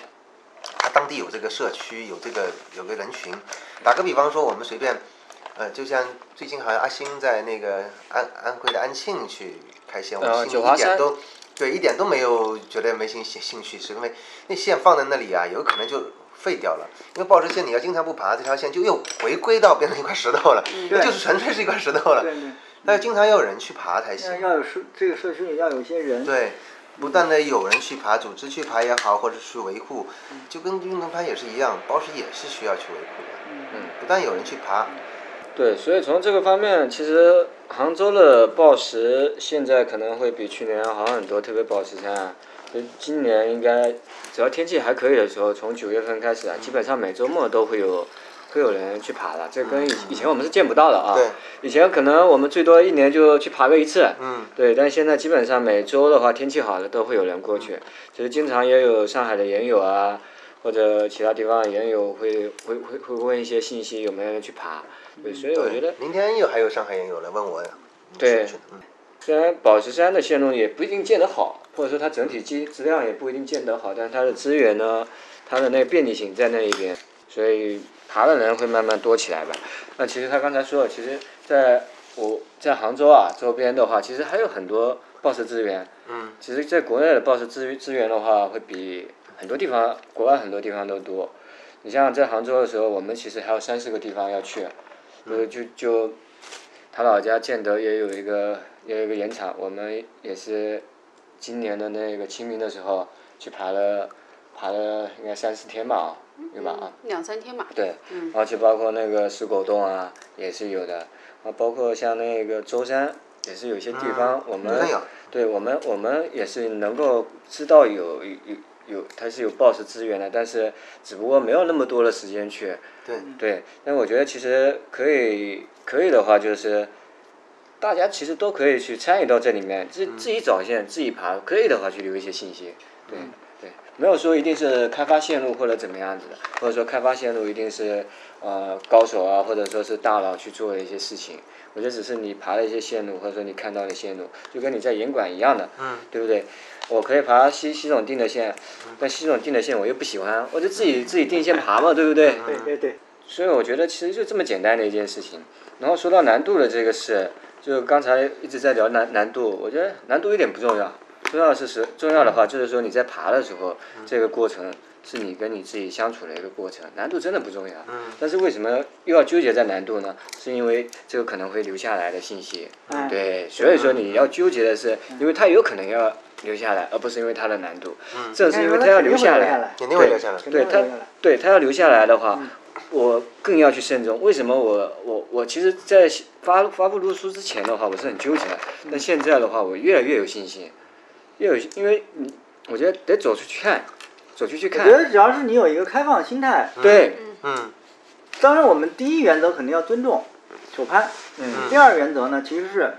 Speaker 4: 它当地有这个社区，有这个有个人群。打个比方说，我们随便，呃，就像最近好像阿星在那个安安徽的安庆去开线，我
Speaker 2: 呃
Speaker 4: 们心
Speaker 2: 九
Speaker 4: 里
Speaker 2: 华
Speaker 4: 一点
Speaker 2: 山
Speaker 4: 都。对，一点都没有觉得没兴兴兴趣，是因为那线放在那里啊，有可能就废掉了，因为报石线你要经常不爬，这条线就又回归到变成一块石头了，那就是纯粹是一块石头了。
Speaker 5: 嗯对对，
Speaker 4: 那经常要有人去爬才行
Speaker 5: 要。要有社这个社区里要有些人，
Speaker 4: 对，不断的有人去爬，组织去爬也好，或者去维护，
Speaker 5: 嗯
Speaker 4: 就跟运动攀也是一样，包石也是需要去维护的。嗯，不但有人去爬，
Speaker 2: 对，所以从这个方面，其实杭州的报时现在可能会比去年好很多，特别报时山啊，就今年应该只要天气还可以的时候，从九月份开始啊，基本上每周末都会有会有人去爬了。这跟以以前我们是见不到的啊，以前可能我们最多一年就去爬个一次，
Speaker 4: 嗯，
Speaker 2: 对，但现在基本上每周的话，天气好了都会有人过去，其实经常也有上海的研友啊。或者其他地方研友会会会会问一些信息，有没有人去爬？对，所以我觉得
Speaker 4: 明天又还有上海人有来问我，
Speaker 2: 对
Speaker 4: 是，嗯，
Speaker 2: 虽然宝石山的线路也不一定建得好，或者说它整体基质量也不一定建得好，但是它的资源呢，它的那个便利性在那一边，所以爬的人会慢慢多起来吧。那其实他刚才说了，其实在我在杭州啊周边的话，其实还有很多报石资源。
Speaker 4: 嗯。
Speaker 2: 其实在国内的报石资资源的话，会比很多地方国外很多地方都多。你像在杭州的时候，我们其实还有三四个地方要去，呃，就就他老家建德也有一个也有一个盐场，我们也是今年的那个清明的时候去爬了爬了应该三四天吧，啊，对吧？啊，
Speaker 3: 两三天吧。
Speaker 2: 对，然后就包括那个石狗洞啊，也是有的，啊，包括像那个舟山，也是有些地方我们、
Speaker 4: 有
Speaker 2: 对我们我们也是能够知道有有有有它是有 BOSS 资源的，但是只不过没有那么多的时间去。
Speaker 4: 对
Speaker 5: 嗯
Speaker 2: 对，但我觉得其实可以可以的话就是。大家其实都可以去参与到这里面，自自己找线，自己爬，可以的话去留一些信息。对、对，没有说一定是开发线路或者怎么样子的，或者说开发线路一定是呃高手啊，或者说是大佬去做的一些事情。我觉得只是你爬的一些线路，或者说你看到的线路，就跟你在岩馆一样的，嗯、对不对？我可以爬西西总定的线，但西总定的线我又不喜欢，我就自己自己定线爬嘛，对不嗯对？
Speaker 5: 对对对，
Speaker 2: 所以我觉得其实就这么简单的一件事情。然后说到难度的这个事，就刚才一直在聊难难度，我觉得难度一点不重要，重要的是是重要的话就是说你在爬的时候，这个过程是你跟你自己相处的一个过程，难度真的不重要。但是为什么又要纠结在难度呢？是因为这个可能会留下来的信息，哎对，嗯所以说你要纠结的是，因为它有可能要留下来，而不是因为它的难度，正是因为它要留下嗯哎来。
Speaker 4: 肯定会留下来。
Speaker 2: 对他
Speaker 5: 留下来，
Speaker 2: 对他要留下来的
Speaker 5: 嗯
Speaker 2: 话，我更要去慎重。为什么我我我其实，在发发布录书之前的话，我是很纠结的，
Speaker 5: 嗯
Speaker 2: 但现在的话，我越来越有信心，越有，因为你我觉得得走出去看，走出去
Speaker 5: 我觉
Speaker 2: 看，
Speaker 5: 得只要是你有一个开放的心态，
Speaker 2: 对，
Speaker 4: 嗯
Speaker 5: 当然我们第一原则肯定要尊重首攀，嗯，第二原则呢其实是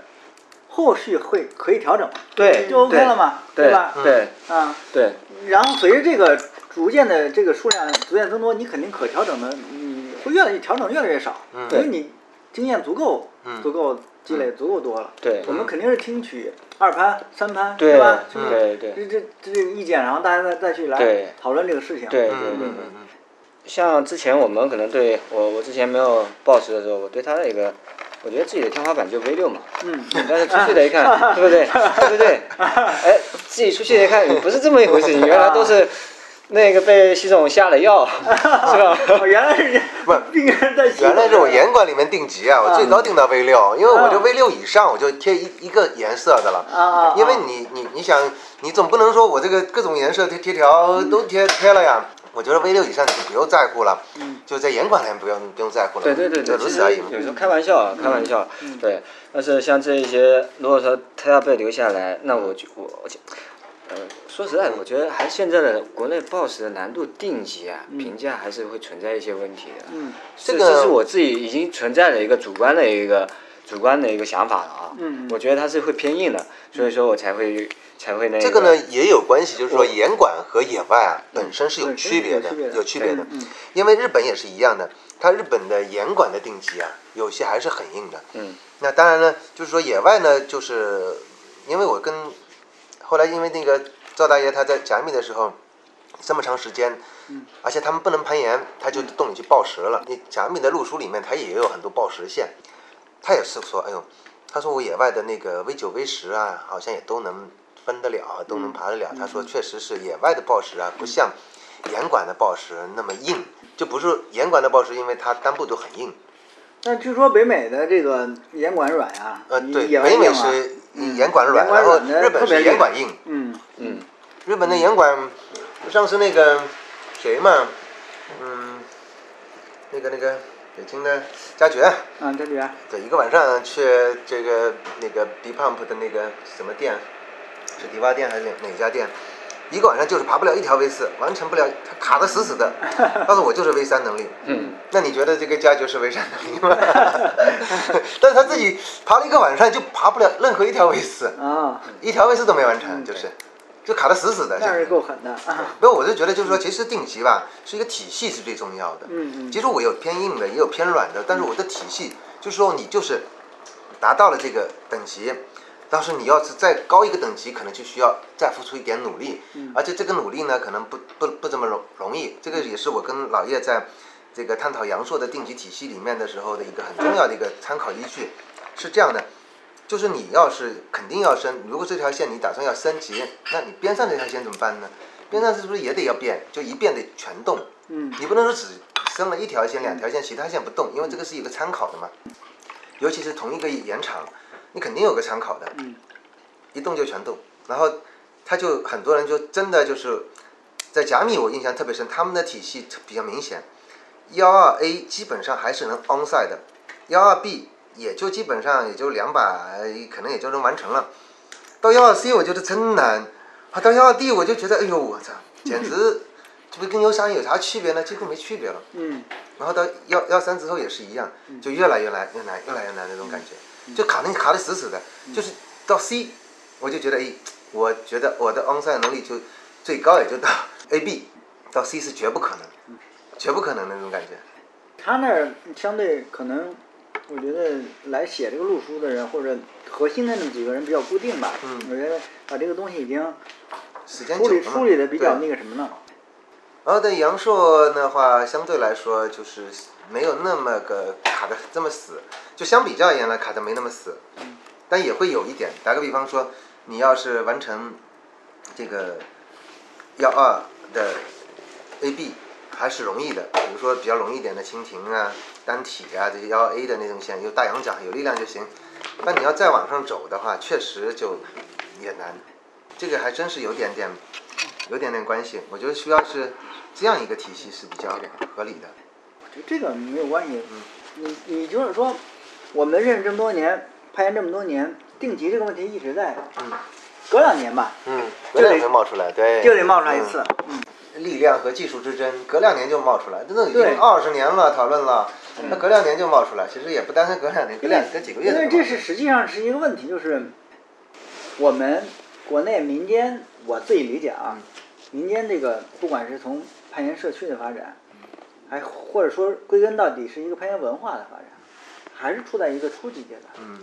Speaker 5: 后续会可以调整，
Speaker 2: 对，
Speaker 5: 就 OK 了嘛，
Speaker 2: 对嗯
Speaker 5: 对吧？
Speaker 2: 对
Speaker 5: 啊，
Speaker 2: 对
Speaker 5: 然后随着这个逐渐的这个数量逐渐增多，你肯定可调整的你会越来越调整越来越少，
Speaker 4: 嗯
Speaker 5: 因为你经验足够足够积累足够多了。
Speaker 2: 对
Speaker 5: 我们肯定是听取二攀、三攀，
Speaker 2: 对
Speaker 5: 吧？
Speaker 4: 嗯
Speaker 5: 兄弟
Speaker 2: 对对
Speaker 5: 这这这这个意见，然后大家再再去
Speaker 2: 对
Speaker 5: 来讨论这个事情。
Speaker 2: 对对
Speaker 4: 嗯
Speaker 2: 对
Speaker 4: 嗯
Speaker 2: 对。
Speaker 4: 嗯
Speaker 2: 像之前我们可能对我我之前没有 boss 的时候，我对他的一个，我觉得自己的天花板就 V 六嘛，
Speaker 5: 嗯，
Speaker 2: 但是出去了一看，对不对？对不对？哎，自己出去一看，不是这么一回事情，原来都是那个被习总下了药，是吧？
Speaker 5: 哦，原来是
Speaker 4: 不是
Speaker 5: 病人在洗
Speaker 4: 原来是我
Speaker 5: 澡
Speaker 4: 严管里面定级啊，我
Speaker 5: 嗯
Speaker 4: 最高定到 V 六，因为我就 V 六以上我就贴一一个颜色的了。
Speaker 5: 啊啊，啊
Speaker 4: 因为你你你想，你总不能说我这个各种颜色贴贴
Speaker 2: 嗯
Speaker 4: 条都贴贴了呀。我觉得 V 六以上就不用在乎了，就在严管里面不用不用在乎了。
Speaker 2: 嗯对对对对，
Speaker 4: 就如
Speaker 2: 其实
Speaker 4: 此而已嘛。
Speaker 2: 有时候开玩笑啊，开玩笑，对。但是像这一些，如果说他要被留下来，那我就我我就。呃，说实在的，我觉得还现在的国内 BOSS 的难度定级啊，评价还是会存在一些问题的。
Speaker 5: 嗯
Speaker 2: 这
Speaker 4: 个
Speaker 2: 这是我自己已经存在的一个主观的一个主观的一个想法了啊。
Speaker 5: 嗯嗯
Speaker 2: 我觉得它是会偏硬的，所以说我才会才会那个。
Speaker 4: 这个呢也有关系，就是说严管和野外啊本身是有
Speaker 5: 本身
Speaker 4: 区
Speaker 5: 是
Speaker 4: 别
Speaker 5: 有
Speaker 4: 的
Speaker 5: 区别，的
Speaker 4: 有区别的
Speaker 5: 嗯嗯。
Speaker 4: 因为日本也是一样的，它日本的严管的定级啊，有些还是很硬的。
Speaker 2: 嗯，
Speaker 4: 那当然呢，就是说野外呢，就是因为我跟后来因为那个赵大爷他在甲米的时候这么长时间，而且他们不能攀岩，他就动你去报石了。你甲米的路书里面，他也有很多报石线，他也是说，哎呦，他说我野外的那个 V 九 V 十啊，好像也都能分得了，都能爬得了。他说确实是野外的报石啊，不像岩管的抱石那么硬，就不是岩管的抱石，因为它单部都很硬。
Speaker 5: 但据说北美的这个岩管软啊，
Speaker 4: 呃，对，
Speaker 5: 也
Speaker 4: 北美
Speaker 5: 硬啊
Speaker 4: 是岩管软，
Speaker 5: 岩管
Speaker 4: 然后
Speaker 5: 软的
Speaker 4: 日本
Speaker 5: 特别嗯
Speaker 4: 是
Speaker 5: 厉害
Speaker 4: 岩管硬。
Speaker 5: 嗯，
Speaker 4: 日本的岩管，上次那个嗯谁嘛，嗯，那个那个北京的佳爵，
Speaker 5: 啊，这里边
Speaker 4: 对，一个晚上去这个那个 B Pump 的那个什么店，是迪吧店还是哪哪家店？一个晚上就是爬不了一条 V 四，完成不了，它卡得死死的。他说我就是 V 三能力。嗯。那你觉得这个佳爵是 V 三能力吗？ 但是他自己爬了一个晚上就爬不了任何一条 V 四，
Speaker 5: 啊，
Speaker 4: 一条 V 四都没完成，就是，就卡得死死的。就
Speaker 5: 那
Speaker 4: 是
Speaker 5: 是够狠的啊，
Speaker 4: 不，我就觉得就是说，其实定级吧，是一个体系是最重要的。
Speaker 5: 嗯嗯
Speaker 4: 其实我有偏硬的，也有偏软的，但是我的体系就是说，你就是达到了这个等级，但是你要是再高一个等级，可能就需要再付出一点努力。而且这个努力呢，可能不不不怎么容容易。这个也是我跟老叶在这个探讨阳朔的定级体系里面的时候的一个很重要的一个参考依据。是这样的，就是你要是肯定要升，如果这条线你打算要升级，那你边上这条线怎么办呢？边上是不是也得要变？就一变得全动，
Speaker 5: 嗯
Speaker 4: 你不能说只升了一条线、两条线，其他线不动，因为这个是一个参考的嘛。尤其是同一个延长，你肯定有个参考的，
Speaker 5: 嗯
Speaker 4: 一动就全动。然后他就很多人就真的就是在甲米，我印象特别深，他们的体系特比较明显，幺二 A 基本上还是能 onside 的，幺二 B 也就基本上也就两百，可能也就能完成了。到幺二 C 我觉得真难，啊，到幺二 D 我就觉得，哎呦我操，简直这不跟游山有啥区别呢？几乎没区别了。
Speaker 5: 嗯，
Speaker 4: 然后到幺幺三之后也是一样，就越来越难，越难，越来越难那种感
Speaker 5: 嗯
Speaker 4: 觉，就卡那卡的死死的。就是到 C，我就觉得哎，我觉得我的 onside 能力就最高也就到 AB，到 C 是绝不可
Speaker 5: 嗯
Speaker 4: 能，绝不可能的那种感觉。
Speaker 5: 他那儿相对可能，我觉得来写这个路书的人或者核心的那么几个人比较固定吧，
Speaker 4: 嗯
Speaker 5: 我觉得把这个东西已经
Speaker 4: 时间久
Speaker 5: 梳
Speaker 4: 了
Speaker 5: 理
Speaker 4: 嘛，
Speaker 5: 梳理的比较那
Speaker 4: 对
Speaker 5: 个什么了，
Speaker 4: 然后对阳朔的话，相对来说就是没有那么个卡的这么死，就相比较而言呢，卡的没那么死，但也会有一点。打个比方说，你要是完成这个幺二的 AB 还是容易的，比如说比较容易一点的蜻蜓啊、单体啊这些幺 A 的那种线，有大羊角、有力量就行。但你要再往上走的话，确实就也难，这个还真是有点点有点点关系。我觉得需要是这样一个体系是比较合理的。
Speaker 5: 就这个没有关系。
Speaker 4: 嗯
Speaker 5: 你你就是说，我们认识这么多年，攀岩这么多年，定级这个问题一直在，
Speaker 4: 嗯
Speaker 5: 隔两年吧
Speaker 4: 嗯，
Speaker 5: 隔两年
Speaker 4: 冒出来，对
Speaker 5: 就得冒出来一次。嗯
Speaker 4: 力量和技术之争，隔两年就冒出来，这都已
Speaker 5: 对
Speaker 4: 经二十年了，讨论了，那隔两年就冒出来，其实也不单单隔两年，隔两隔几个月
Speaker 5: 因
Speaker 4: 就
Speaker 5: 为
Speaker 4: 能冒出
Speaker 5: 这
Speaker 4: 来
Speaker 5: 是实际上是一个问题，就是我们国内民间，我自己理解啊，
Speaker 4: 嗯
Speaker 5: 民间这个不管是从攀岩社区的发展，还或者说归根到底是一个攀岩文化的发展，还是处在一个初级阶段，
Speaker 4: 嗯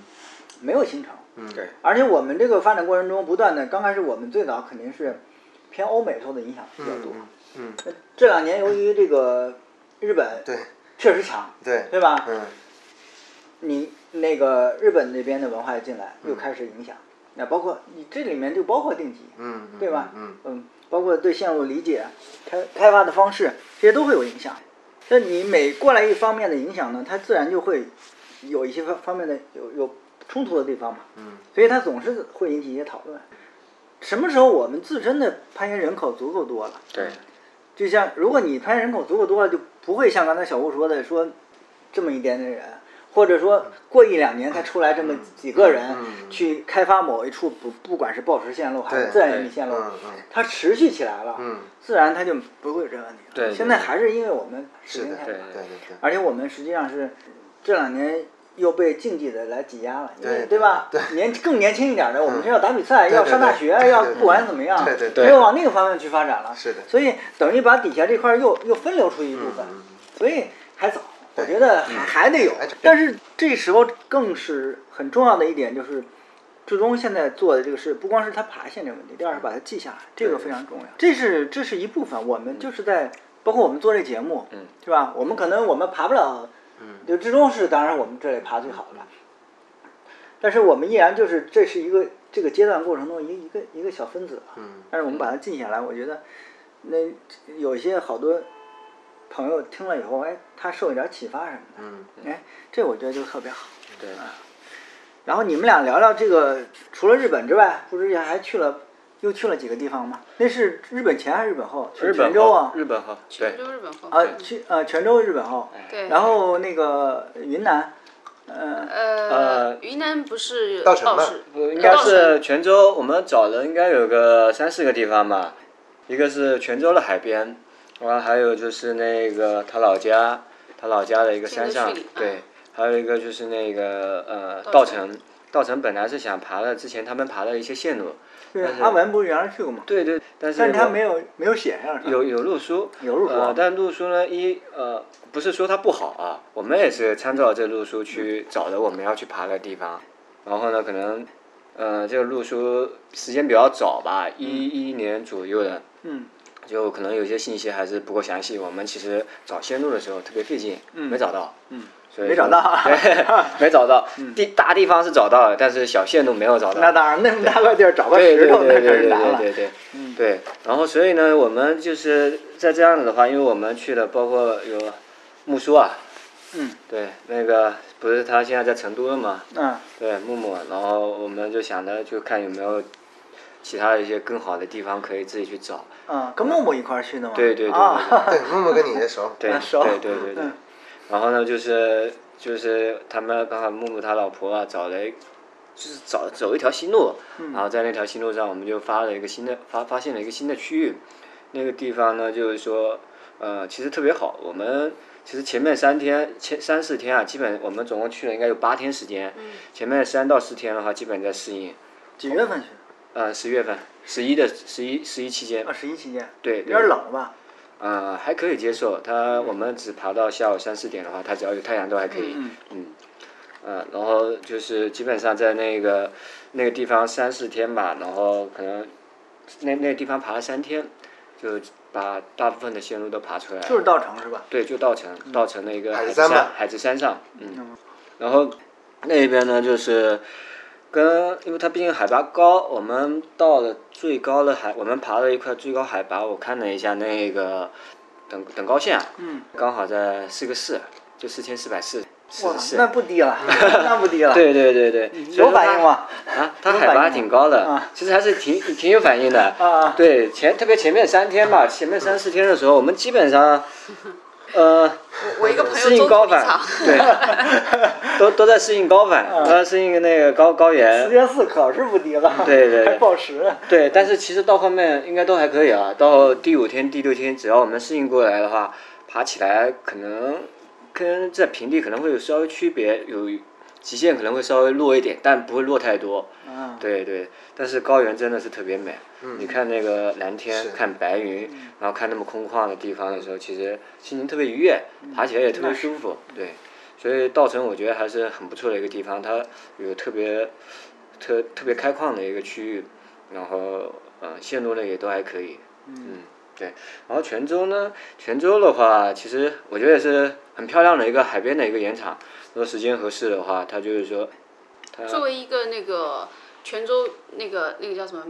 Speaker 5: 没有形成。
Speaker 4: 嗯
Speaker 2: 对
Speaker 5: 而且我们这个发展过程中，不断的刚开始我们最早肯定是偏欧美受的影响比较多。
Speaker 4: 嗯嗯
Speaker 5: 那这两年由于这个日本
Speaker 4: 对
Speaker 5: 确实强，
Speaker 4: 对
Speaker 5: 对吧？
Speaker 4: 嗯
Speaker 5: 你那个日本那边的文化进来，又开始影响。那包括你这里面就包括定级，
Speaker 4: 嗯嗯
Speaker 5: 对吧？
Speaker 4: 嗯
Speaker 5: 包括对线路理解、开开发的方式，这些都会有影响。那你每过来一方面的影响呢，它自然就会有一些方方面的有有冲突的地方嘛。
Speaker 4: 嗯
Speaker 5: 所以它总是会引起一些讨论。什么时候我们自身的攀岩人口足够多了？
Speaker 2: 对，
Speaker 5: 就像如果你攀岩人口足够多了，就不会像刚才小吴说的说这么一点点人，或者说过一两年才出来这么几个人
Speaker 4: 嗯嗯
Speaker 5: 去开发某一处不不管是报时线路还是
Speaker 4: 对
Speaker 5: 自然引力线路
Speaker 4: 嗯，嗯
Speaker 5: 它持续起来了，
Speaker 4: 嗯，
Speaker 5: 自然它就不会有这个问题了。
Speaker 2: 对对
Speaker 5: 现在还是因为我们时
Speaker 4: 是
Speaker 5: 间
Speaker 4: 的，
Speaker 5: 太
Speaker 4: 对
Speaker 5: 短，
Speaker 4: 对对。
Speaker 5: 而且我们实际上是这两年又被竞技的来挤压了，因为
Speaker 4: 对
Speaker 5: 对吧？
Speaker 4: 对
Speaker 5: 年更年轻一点的，我们
Speaker 4: 嗯
Speaker 5: 是要打比赛，
Speaker 4: 对
Speaker 5: 要
Speaker 4: 对
Speaker 5: 上大学，
Speaker 4: 对对
Speaker 5: 要
Speaker 4: 对对
Speaker 5: 不管怎么样，
Speaker 4: 对对
Speaker 2: 对
Speaker 5: 没有往那个方面去发展了。
Speaker 4: 是的
Speaker 5: 所以等于把底下这块儿又又分流出一部分，
Speaker 4: 嗯
Speaker 5: 所以还早，我
Speaker 4: 对嗯
Speaker 5: 觉得还还得有
Speaker 4: 还早。
Speaker 5: 但是这时候更是很重要的一点就是。最终现在做的这个事，不光是他爬线这个问题，第二是把它记下来，这个非常重要。这是这是一部分，我
Speaker 4: 嗯
Speaker 5: 们就是在包括我们做这节目，
Speaker 2: 嗯
Speaker 5: 是吧？我们可能我们爬不了，
Speaker 4: 嗯
Speaker 5: 就最终是当然我们这里爬最好的，但是我们依然就是这是一个这个阶段过程中一个一个一个小分子啊，
Speaker 4: 嗯
Speaker 5: 但是我们把它记下来，我觉得那有些好多朋友听了以后，哎，他受一点启发什么的，
Speaker 4: 嗯，
Speaker 5: 哎，这我觉得就特别好。啊
Speaker 2: 对，
Speaker 5: 然后你们俩聊聊这个，除了日本之外，不是还去了又去了几个地方吗？那是日本前还是日本后？去
Speaker 2: 日本
Speaker 5: 泉州
Speaker 2: 后
Speaker 5: 啊，
Speaker 2: 日本后，对
Speaker 3: 泉，州日本后
Speaker 5: 啊，去呃泉州日本后，
Speaker 2: 哎
Speaker 3: 对，
Speaker 5: 然后那个云南，呃
Speaker 3: 呃，云南不是
Speaker 4: 稻城吧
Speaker 3: 道士，
Speaker 2: 应该
Speaker 3: 稻
Speaker 2: 是
Speaker 3: 城
Speaker 2: 泉州，我们找了应该有个三四个地方吧，一个是泉州的海边，然后还有就是那个他老家，他老家的一个山上
Speaker 3: 进得去里，
Speaker 2: 对
Speaker 3: 嗯，
Speaker 2: 还有一个就是那个呃稻
Speaker 3: 稻
Speaker 2: 城
Speaker 3: 城，
Speaker 2: 稻城本来是想爬的，之前他们爬的一些线路，
Speaker 5: 对，阿文不是原来去过吗？
Speaker 2: 呃对对，但是
Speaker 5: 但是他
Speaker 2: 我
Speaker 5: 没有没有写上是吧
Speaker 2: 有有路书，
Speaker 5: 有路书啊
Speaker 2: 呃，但路书呢，一呃，不是说它不好啊，我们也是参照这路书去找的我们要去爬的地方，然后呢，可能，呃，这个路书时间比较早吧，一一年左右的，
Speaker 5: 嗯，
Speaker 2: 就可能有些信息还是不够详细，我们其实找线路的时候特别费劲，没找到，嗯，所以
Speaker 5: 没找
Speaker 2: 说
Speaker 5: 到嗯
Speaker 2: 对，没找到，地大地方是找到了，但是小线路没有找到，
Speaker 5: 那当然，那么大个地儿找个
Speaker 2: 对
Speaker 5: 石
Speaker 2: 对
Speaker 5: 头那
Speaker 2: 对对
Speaker 5: 可是
Speaker 2: 对
Speaker 5: 难了。嗯
Speaker 2: 对对，对。然后所以呢，我们就是在这样子的话，因为我们去了，包括有木叔啊，
Speaker 5: 嗯，
Speaker 2: 对，那个不是他现在在成都了嘛，
Speaker 5: 嗯，
Speaker 2: 对，木木，然后我们就想着就看有没有其他的一些更好的地方可以自己去找，
Speaker 5: 嗯，跟木木一块儿去的嘛。
Speaker 2: 对对对对
Speaker 5: 啊，
Speaker 4: 对，默默跟你也熟，
Speaker 2: 对
Speaker 5: 啊 熟
Speaker 2: 对对对对。然后呢，就是就是他们刚好木木他老婆啊找了一。就是找走一条新路，然后在那条新路上，我们就发了一个新的发发现了一个新的区域，那个地方呢，就是说，呃，其实特别好。我们其实前面三天、前三四天啊，基本我们总共去了应该有八天时间，前面三到四天的话，基本在适应。
Speaker 5: 几月份去？
Speaker 2: 呃，十月份、十一的十一十一期间
Speaker 5: 啊，，十一期间。
Speaker 2: 对
Speaker 5: 有
Speaker 2: 对
Speaker 5: 点冷了吧？
Speaker 2: 呃，还可以接受。它我们只爬到下午三四点的话，它只要有太阳都还可以。嗯呃，然后就是基本上在那个那个地方三四天吧，然后可能那那个地方爬了三天，就把大部分的线路都爬出来了。
Speaker 5: 就是稻城是吧？
Speaker 2: 对，就稻城，
Speaker 5: 嗯
Speaker 2: 稻城那个
Speaker 4: 海
Speaker 2: 子
Speaker 4: 子山
Speaker 2: 山
Speaker 4: 吧，
Speaker 2: 海子山上，嗯，然后那边呢就是跟，因为它毕竟海拔高，我们到了最高的海，我们爬了一块最高海拔，我看了一下那个等等高线，嗯，刚好在四个四，就四千四百四，四
Speaker 5: 哇
Speaker 2: 十，四
Speaker 5: 那，不低 了，那不低了。
Speaker 2: 对对对对，所以
Speaker 5: 有
Speaker 2: 说它
Speaker 5: 反应吗？
Speaker 2: 啊，它
Speaker 5: 有
Speaker 2: 海
Speaker 5: 反
Speaker 2: 拔
Speaker 5: 应
Speaker 2: 挺
Speaker 5: 吗
Speaker 2: 高的
Speaker 5: 啊，
Speaker 2: 其实还是挺挺有反应的。
Speaker 5: 啊
Speaker 2: 对，前特别前面三天吧，前面三四天的时候，我们基本上，呃，
Speaker 3: 我我一个朋
Speaker 2: 适
Speaker 3: 友
Speaker 2: 应
Speaker 3: 中
Speaker 2: 高
Speaker 3: 途离
Speaker 2: 反
Speaker 3: 场，， 嗯
Speaker 2: 对，都都在适应高反，都在适应那个高高
Speaker 5: 四
Speaker 2: 原。
Speaker 5: 千四可是不低了。
Speaker 2: 对对对
Speaker 5: 还报时。啊
Speaker 2: 对，但是其实到后面应该都还可以啊，到第五天、第六天，只要我们适应过来的话，爬起来可能跟在平地可能会有稍微区别，有极限可能会稍微落一点，但不会落太多。
Speaker 5: 嗯，
Speaker 2: 对对，但是高原真的是特别美。你看那个蓝天，看白云，然后看那么空旷的地方的时候，其实心情特别愉悦，爬起来也特别舒服。对，所以稻城我觉得还是很不错的一个地方，它有特别特特别开旷的一个区域，然后呃线路呢也都还可以。嗯，对。然后泉州呢，泉州的话，其实我觉得也是很漂亮的一个海边的一个盐场。如果时间合适的话，它就是说
Speaker 3: 作为一个那个泉州那个那个叫什么，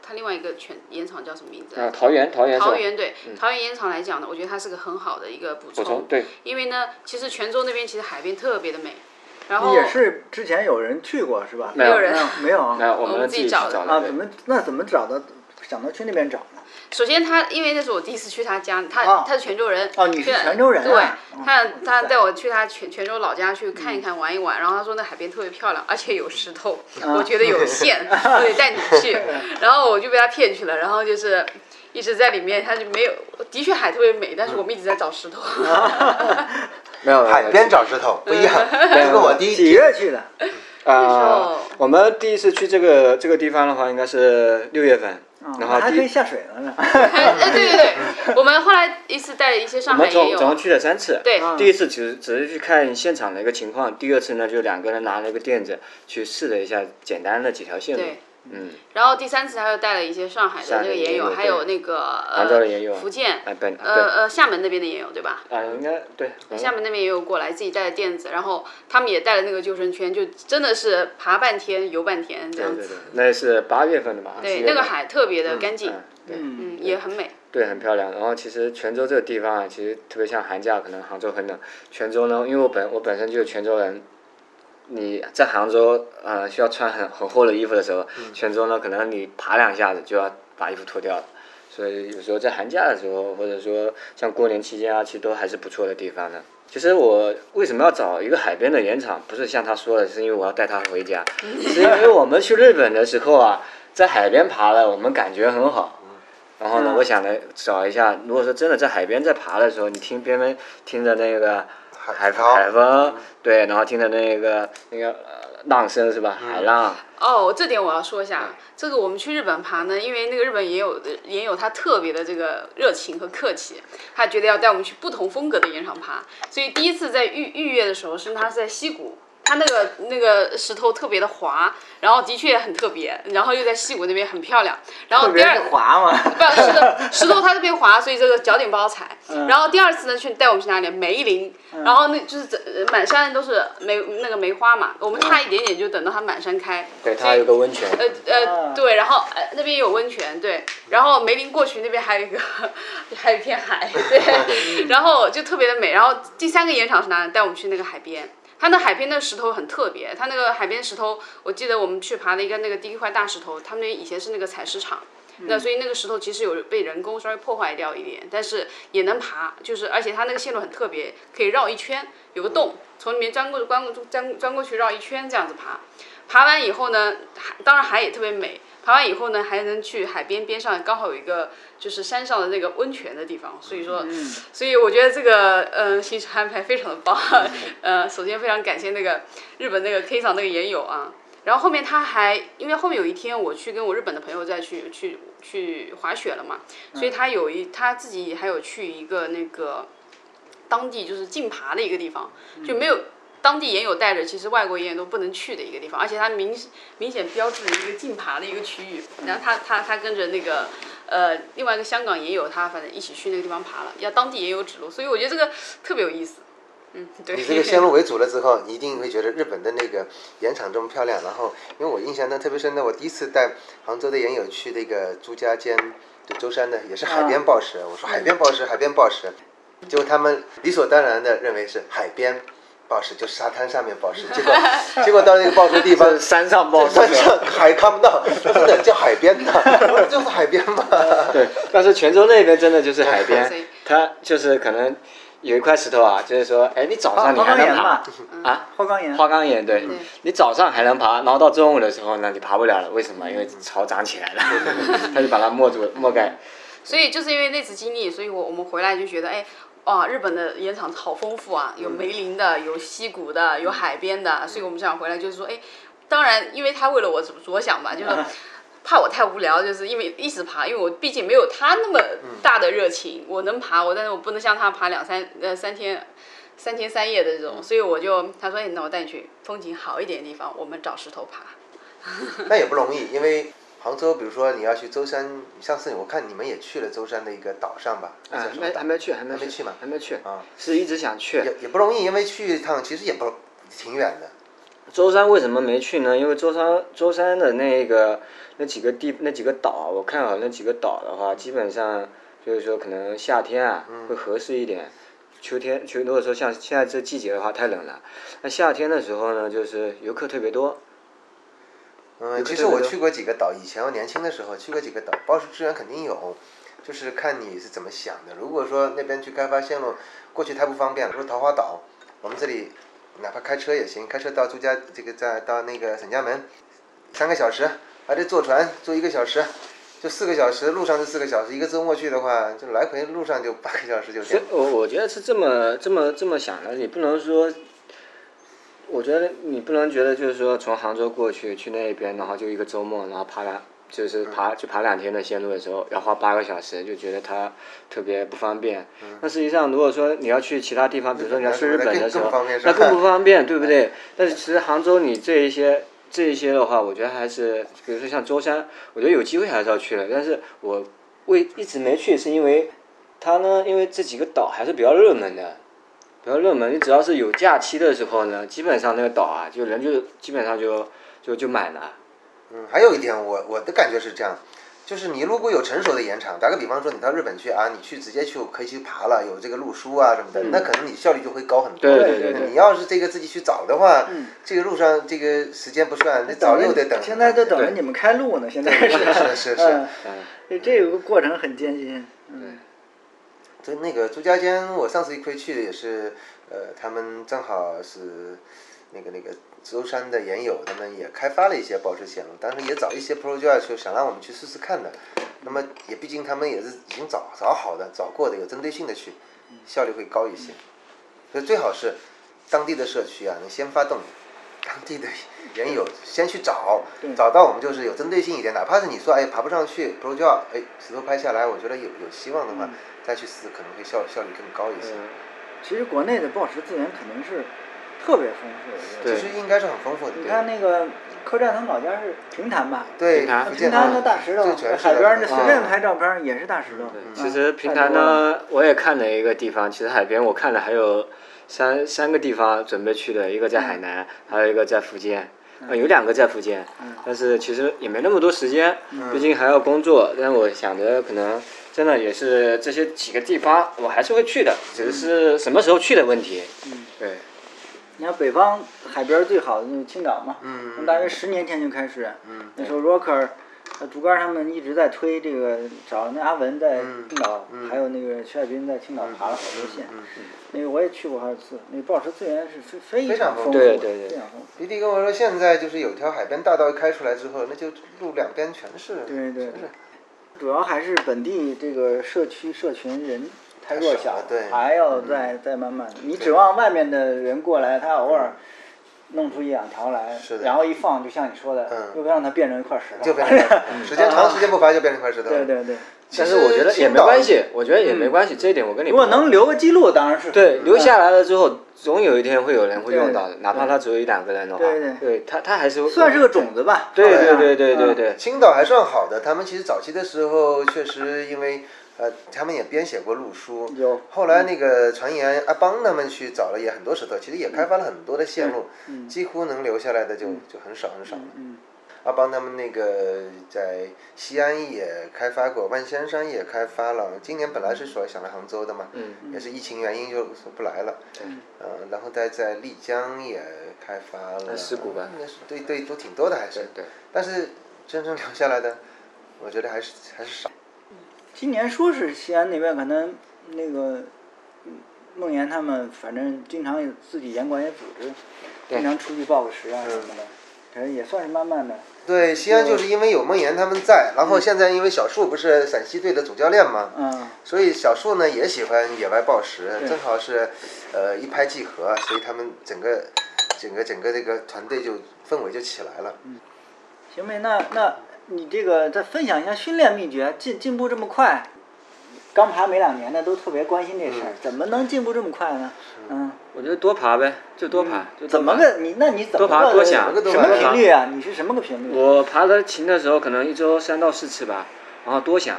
Speaker 3: 它另外一个泉盐厂叫什么名字？
Speaker 2: 啊，桃园，桃园是吧？
Speaker 3: 桃园对，桃园盐厂来讲呢，我觉得它是个很好的一个补
Speaker 2: 补充
Speaker 3: 充，
Speaker 2: 哦对，
Speaker 3: 因为呢，其实泉州那边其实海边特别的美，然后
Speaker 5: 也是之前有人去过是吧？
Speaker 2: 没有
Speaker 3: 人
Speaker 5: 没有啊
Speaker 2: 那我
Speaker 3: 我
Speaker 2: 们
Speaker 3: 们
Speaker 2: 自
Speaker 3: 自
Speaker 2: 己
Speaker 3: 己
Speaker 2: 去
Speaker 3: 找
Speaker 2: 找
Speaker 3: 的
Speaker 5: 啊？
Speaker 2: 对
Speaker 5: 怎么那怎么找到想到去那边找呢？
Speaker 3: 首先他，因为那是我第一次去他家，他、
Speaker 5: 哦
Speaker 3: 他是泉州人。
Speaker 5: 哦你是
Speaker 3: 对
Speaker 5: 泉州人啊
Speaker 3: 对，
Speaker 5: 哦
Speaker 3: 他
Speaker 5: 哇
Speaker 3: 他
Speaker 5: 塞
Speaker 3: 带我去他泉泉州老家去看一
Speaker 2: 嗯
Speaker 3: 看、玩一玩，然后他说那海边特别漂亮，而且有石头，我觉得 有限，我得带你去。
Speaker 2: 嗯
Speaker 3: 然后我就被他骗去了，然后就是一直在里面，他就没有，的确海特别美，但是我们一直在找石头。
Speaker 2: 哦没有没有
Speaker 4: 海边找石头不一样，这个我第一
Speaker 5: 几
Speaker 4: 天
Speaker 5: 月去的？
Speaker 2: 啊
Speaker 3: 候，
Speaker 2: 我们第一次去这个这个地方的话，应该是六月份，然后
Speaker 5: 还
Speaker 2: 啊第
Speaker 5: 可以
Speaker 2: 一
Speaker 5: 下水了呢。
Speaker 3: 哎，对对对，我们后来一次带一些上
Speaker 2: 我
Speaker 3: 海
Speaker 2: 们
Speaker 3: 也
Speaker 2: 总总共
Speaker 3: 有，
Speaker 2: 去了三次。
Speaker 3: 对，
Speaker 2: 第一次只是只是去看现场的一个情况，第二次呢就两个人拿了一个垫子去试了一下简单的几条线路，
Speaker 3: 对
Speaker 2: 嗯，
Speaker 3: 然后第三次他又带了一些上海
Speaker 2: 上海
Speaker 3: 的这个
Speaker 2: 也
Speaker 3: 也
Speaker 2: 有
Speaker 3: 有，
Speaker 2: 对
Speaker 3: 还有那个
Speaker 2: 杭州的
Speaker 3: 呃
Speaker 2: 也有，
Speaker 3: 福建，
Speaker 2: 哎本
Speaker 3: 呃
Speaker 2: 对
Speaker 3: 呃厦门那边的也有，对吧？
Speaker 2: 啊应该对，嗯
Speaker 3: 厦门那边也有过来，自己带的垫子，然后他们也带了那个救生圈，就真的是爬半天游半天这
Speaker 2: 对
Speaker 3: 样
Speaker 2: 对
Speaker 3: 子。
Speaker 2: 对，那是八月份的吧？
Speaker 3: 对
Speaker 2: 七月
Speaker 3: 那个
Speaker 2: 份
Speaker 3: 海特别的干净。
Speaker 2: 嗯对，
Speaker 3: 嗯，也很美。
Speaker 2: 对，很漂亮。然后其实泉州这个地方啊，其实特别像寒假，可能杭州很冷。泉州呢，因为我本我本身就是泉州人，你在杭州呃需要穿很很厚的衣服的时候，泉州呢可能你爬两下子就要把衣服脱掉了。所以有时候在寒假的时候，或者说像过年期间啊，其实都还是不错的地方的。其实我为什么要找一个海边的盐场？不是像他说的，是因为我要带他回家，是因为我们去日本的时候啊，在海边爬了，我们感觉很好。然后呢，我想着找一下，如果说真的在海边在爬的时候，你听边边听着那个海
Speaker 4: 涛
Speaker 2: 海风，对，然后听着那个那个呃浪声是吧？海浪，
Speaker 3: 哦，这点我要说一下，啊这个我们去日本爬呢，因为那个日本也有也有他特别的这个热情和客气，他觉得要带我们去不同风格的岩场爬，所以第一次在预预约的时候是他是在溪谷。他那个那个石头特别的滑，然后的确也很特别，然后又在溪谷那边很漂亮。然后
Speaker 5: 特
Speaker 3: 哦第
Speaker 5: 别
Speaker 3: 二
Speaker 5: 是 滑嘛，
Speaker 3: 不是的，石头它特别滑，所以这个脚底不好踩。然后第二次呢，去带我们去哪里？梅林，然后那就是整呃满山都是梅那个梅花嘛，我们差一点点就等到它满山开。
Speaker 2: 对，它有个温泉，
Speaker 3: 呃，
Speaker 5: 啊
Speaker 3: 对，然后呃那边有温泉，对，然后梅林过去那边还有一个 还有一片海，对， 然后就特别的美。然后第三个盐场是哪里？带我们去那个海边。它那海边的石头很特别，它那个海边石头，我记得我们去爬了一个那个第一块大石头，他们以前是那个采石场，那所以那个石头其实有被人工稍微破坏掉一点，但是也能爬，就是而且它那个线路很特别，可以绕一圈，有个洞，从里面钻过去，钻过钻钻过去绕一圈这样子爬。爬完以后呢，海当然海也特别美。爬完以后呢，还能去海边边上，刚好有一个就是山上的那个温泉的地方，所以说，所以我觉得这个呃行程安排非常的棒。 呃，首先非常感谢那个日本那个 K 厂那个研友啊，然后后面他还因为后面有一天我去跟我日本的朋友再去去去滑雪了嘛，所以他有一他自己还有去一个那个当地就是竞爬的一个地方，就没有。当地也有带着，其实外国也都不能去的一个地方，而且它明明显标志着一个竞爬的一个区域。然后他他他跟着那个呃另外一个香港也有他，反正一起去那个地方爬了，要当地也有指路，所以我觉得这个特别有意思。嗯， 对。
Speaker 4: 以这个先入为主了之后，你一定会觉得日本的那个盐场这么漂亮。然后，因为我印象呢特别深的，我第一次带杭州的盐友去那个朱家尖，就舟山的，也是海边
Speaker 5: 啊
Speaker 4: 暴食。我说海边暴食，海边暴食，结果他们理所当然的认为是海边暴食，就沙滩上面暴食。结果，结果到那个暴食地方，
Speaker 2: 山上暴
Speaker 4: 呃山上海看不到，真的叫海边 的，我说就是海边嘛。
Speaker 2: 对，但是泉州那边真的就是海
Speaker 3: 所以
Speaker 2: 边，它就是可能有一块石头啊，就是说，哎，你早上你
Speaker 5: 花
Speaker 2: 还
Speaker 5: 岗岩
Speaker 2: 能
Speaker 5: 嘛嗯
Speaker 2: 爬，啊，
Speaker 5: 花岗岩，
Speaker 2: 花岗岩对，你早上还能爬，然后到中午的时候呢，你爬不了了，为什么？因为草长起来了， 它就把它没住没盖。
Speaker 3: 所以就是因为那次经历，所以我我们回来就觉得，哎，哇，日本的盐场好丰富啊，有梅林的，有溪谷的，有海边的，所以我们想回来就是说，哎，当然，因为他为了我着着想吧，就是。 怕我太无聊，就是因为一直爬，因为我毕竟没有他那么大的热情。我能爬，我但是我不能像他爬两三呃三天三天三夜的这种，所以我就他说，哎，那我带你去风景好一点的地方，我们找石头爬。
Speaker 4: 那也不容易，因为杭州，比如说你要去舟山，上次我看你们也去了舟山的一个岛上吧？那
Speaker 2: 啊
Speaker 4: 叫，什
Speaker 2: 还
Speaker 4: 么
Speaker 2: 没
Speaker 4: 岛
Speaker 2: 还没去，还没
Speaker 4: 还没去嘛
Speaker 2: 还没去
Speaker 4: 啊，
Speaker 2: 是一直想去。
Speaker 4: 也也不容易，因为去一趟其实也不挺远的。
Speaker 2: 舟山为什么没去呢？因为舟山舟山的那个那几个地那几个岛啊，我看好那几个岛的话，基本上就是说可能夏天啊
Speaker 4: 嗯
Speaker 2: 会合适一点。秋天，秋如果说像现在这季节的话，太冷了。那夏天的时候呢，就是游客特别多。
Speaker 4: 嗯，
Speaker 2: 有个
Speaker 4: 其
Speaker 2: 这
Speaker 4: 实
Speaker 2: 个
Speaker 4: 我
Speaker 2: 的
Speaker 4: 去过几个岛，以前我年轻的时候去过几个岛，包食资源肯定有，就是看你是怎么想的。如果说那边去开发线路，过去太不方便了，比如桃花岛，我们这里哪怕开车也行，开车到朱家这个在到那个沈家门，三个小时，还得坐船坐一个小时。就四个小时，路上是四个小时，一个周末去的话，就来回路上就八个小时就
Speaker 2: 所
Speaker 4: 点
Speaker 2: 以。我我觉得是这么这么这么想的，你不能说，我觉得你不能觉得就是说从杭州过去去那边，然后就一个周末，然后爬两就是爬就爬两天的线路的时候，要花八个小时，就觉得它特别不方便。
Speaker 4: 嗯
Speaker 2: 那实际上，如果说你要去其他地方，比如说你要去日本的时候
Speaker 4: 更更不方便，是
Speaker 2: 那
Speaker 4: 吧哎
Speaker 2: 更不方便，对不对？但是其实杭州你这一些。这一些的话，我觉得还是，比如说像舟山，我觉得有机会还是要去的。但是我为一直没去，是因为它呢，因为这几个岛还是比较热门的，比较热门。你只要是有假期的时候呢，基本上那个岛啊，就人就基本上就就就满了。
Speaker 4: 嗯，还有一点我我的感觉是这样，就是你如果有成熟的岩场，打个比方说，你到日本去啊，你去直接去可以去爬了，有这个路书啊什么的，那可能你效率就会高很多。
Speaker 2: 对
Speaker 5: 嗯对嗯对对
Speaker 4: 你要是这个自己去找的话，这个路上这个时间不算，你找又得等。
Speaker 5: 现在都等着你们开路呢，现在是
Speaker 4: 是是是
Speaker 5: 嗯
Speaker 2: 嗯，
Speaker 5: 这这有个过程很艰辛。嗯，
Speaker 4: 对，那个朱家尖，我上次一块去的也是，呃，他们正好是那个那个舟山的研友，他们也开发了一些宝石线路，当时也找一些 project 就想让我们去试试看的。那么也毕竟他们也是已经找找好的、找过的，有针对性的去，效率会高一些。所以最好是当地的社区啊，能先发动当地的研友先去找，找到我们就是有针对性一点，哪怕是你说哎爬不上去 project，哎石头拍下来，我觉得有有希望的话。再去撕可能会效效率更高一些。
Speaker 5: 嗯其实国内的报时资源肯定是特别丰富的。我觉得
Speaker 4: 其实应该是很丰富的。
Speaker 5: 你
Speaker 4: 对
Speaker 5: 看那个客栈藤老家是平潭吧？
Speaker 2: 平
Speaker 4: 对
Speaker 2: 嗯潭
Speaker 4: 福
Speaker 5: 平
Speaker 4: 建啊
Speaker 5: 潭的大石头，
Speaker 4: 最主要是
Speaker 5: 海边儿那随
Speaker 4: 啊
Speaker 5: 便拍照片儿也是大石头。嗯
Speaker 2: 其实平
Speaker 5: 太
Speaker 2: 潭
Speaker 5: 多了
Speaker 2: 呢，我也看了一个地方，其实海边我看了还有三三个地方准备去的，一个在
Speaker 5: 嗯
Speaker 2: 海南，还有一个在福建。呃有两个在福建，
Speaker 5: 嗯
Speaker 2: 但是其实也没那么多时间，毕竟还要工作。但我想着可能真的也是这些几个地方，我还是会去的，
Speaker 5: 嗯
Speaker 2: 只是什么时候去的问题。对，
Speaker 5: 你看北方海边儿最好的就是青岛嘛，从大约十年前就开始，那时候 Rocker、呃竹竿他们一直在推这个，找那阿文在青岛，还有那个徐海滨在青岛爬了好多线，那个我也去过好几次，那个报时资源是非非常丰富的，
Speaker 2: 对对对
Speaker 5: 非常丰富。
Speaker 4: 迪迪跟我说，现在就是有条海边大道开出来之后，那就路两边全是。
Speaker 5: 对对
Speaker 4: 全是
Speaker 5: 主要还是本地这个社区社群人太弱
Speaker 4: 太少
Speaker 5: 小
Speaker 4: 了，对
Speaker 5: 还要再再慢慢。你指望外面的人过来，他偶尔弄出一两条来，
Speaker 4: 是的
Speaker 5: 然后一放，就像你说的，又让它变成一块石头，
Speaker 4: 就变成一块 石头时间长，时间不伐就变成一块石头。
Speaker 5: 对对对。
Speaker 2: 但是我觉得也没关
Speaker 4: 青
Speaker 2: 系，我觉得也没关系，这一点我跟你
Speaker 5: 嗯如果能留个记录，当然是
Speaker 2: 对，留下
Speaker 5: 来。
Speaker 2: 来了之后，总有一天会有人会用到的，
Speaker 5: 对
Speaker 2: 哪怕他只有一两个人的话，
Speaker 5: 对对
Speaker 2: 对他他还是会
Speaker 5: 算是个种子吧。
Speaker 2: 对对
Speaker 5: 吧
Speaker 2: 对对对。对
Speaker 5: 嗯，
Speaker 4: 青岛还算好的，他们其实早期的时候确实因为呃，他们也编写过路书。
Speaker 5: 有
Speaker 4: 后来那个传言阿邦他们去找了也很多石头，其实也开发了很多的线路，
Speaker 2: 嗯
Speaker 4: 几乎能留下来的就就很少很少了。
Speaker 5: 嗯，
Speaker 4: 阿邦他们那
Speaker 2: 嗯
Speaker 4: 个在西安也开发过，万仙山也开发了。今年本来是说想来杭州的嘛，
Speaker 2: 嗯
Speaker 4: 也是疫情原因就不来了。嗯、呃，然后在在丽江也开发了，
Speaker 2: 石鼓吧
Speaker 4: 那是对对，都挺多的还是。
Speaker 2: 对。
Speaker 4: 但是真正留下来的， 我觉得还是还是少。
Speaker 5: 今年说是西安那边可能那个嗯孟岩他们，反正经常有自己严管也组织，经常出去报个时啊什么
Speaker 2: 嗯
Speaker 5: 的，反正也算是慢慢的。
Speaker 4: 对，西安就是因为有孟岩他们在，然后现在因为小树不是陕西队的主教练嘛，
Speaker 5: 嗯，
Speaker 4: 所以小树呢也喜欢野外暴食，正好是，呃，一拍即合，所以他们整个，整个整个这个团队就氛围就起来了。
Speaker 5: 行呗，那那你这个再分享一下训练秘诀，进进步这么快，刚爬没两年的都特别关心这事儿，
Speaker 2: 嗯
Speaker 5: 怎么能进步这么快呢？嗯。
Speaker 2: 我觉得多爬呗，就多爬，就多爬
Speaker 5: 怎么？个你那你怎么
Speaker 2: 多爬
Speaker 5: 个
Speaker 2: 多想
Speaker 5: 什
Speaker 4: 多爬
Speaker 5: 么
Speaker 4: 多
Speaker 5: 频
Speaker 4: 想
Speaker 5: 率啊？你是什么个频率？
Speaker 2: 我爬的勤的时候，可能一周三到四次吧，然后多想，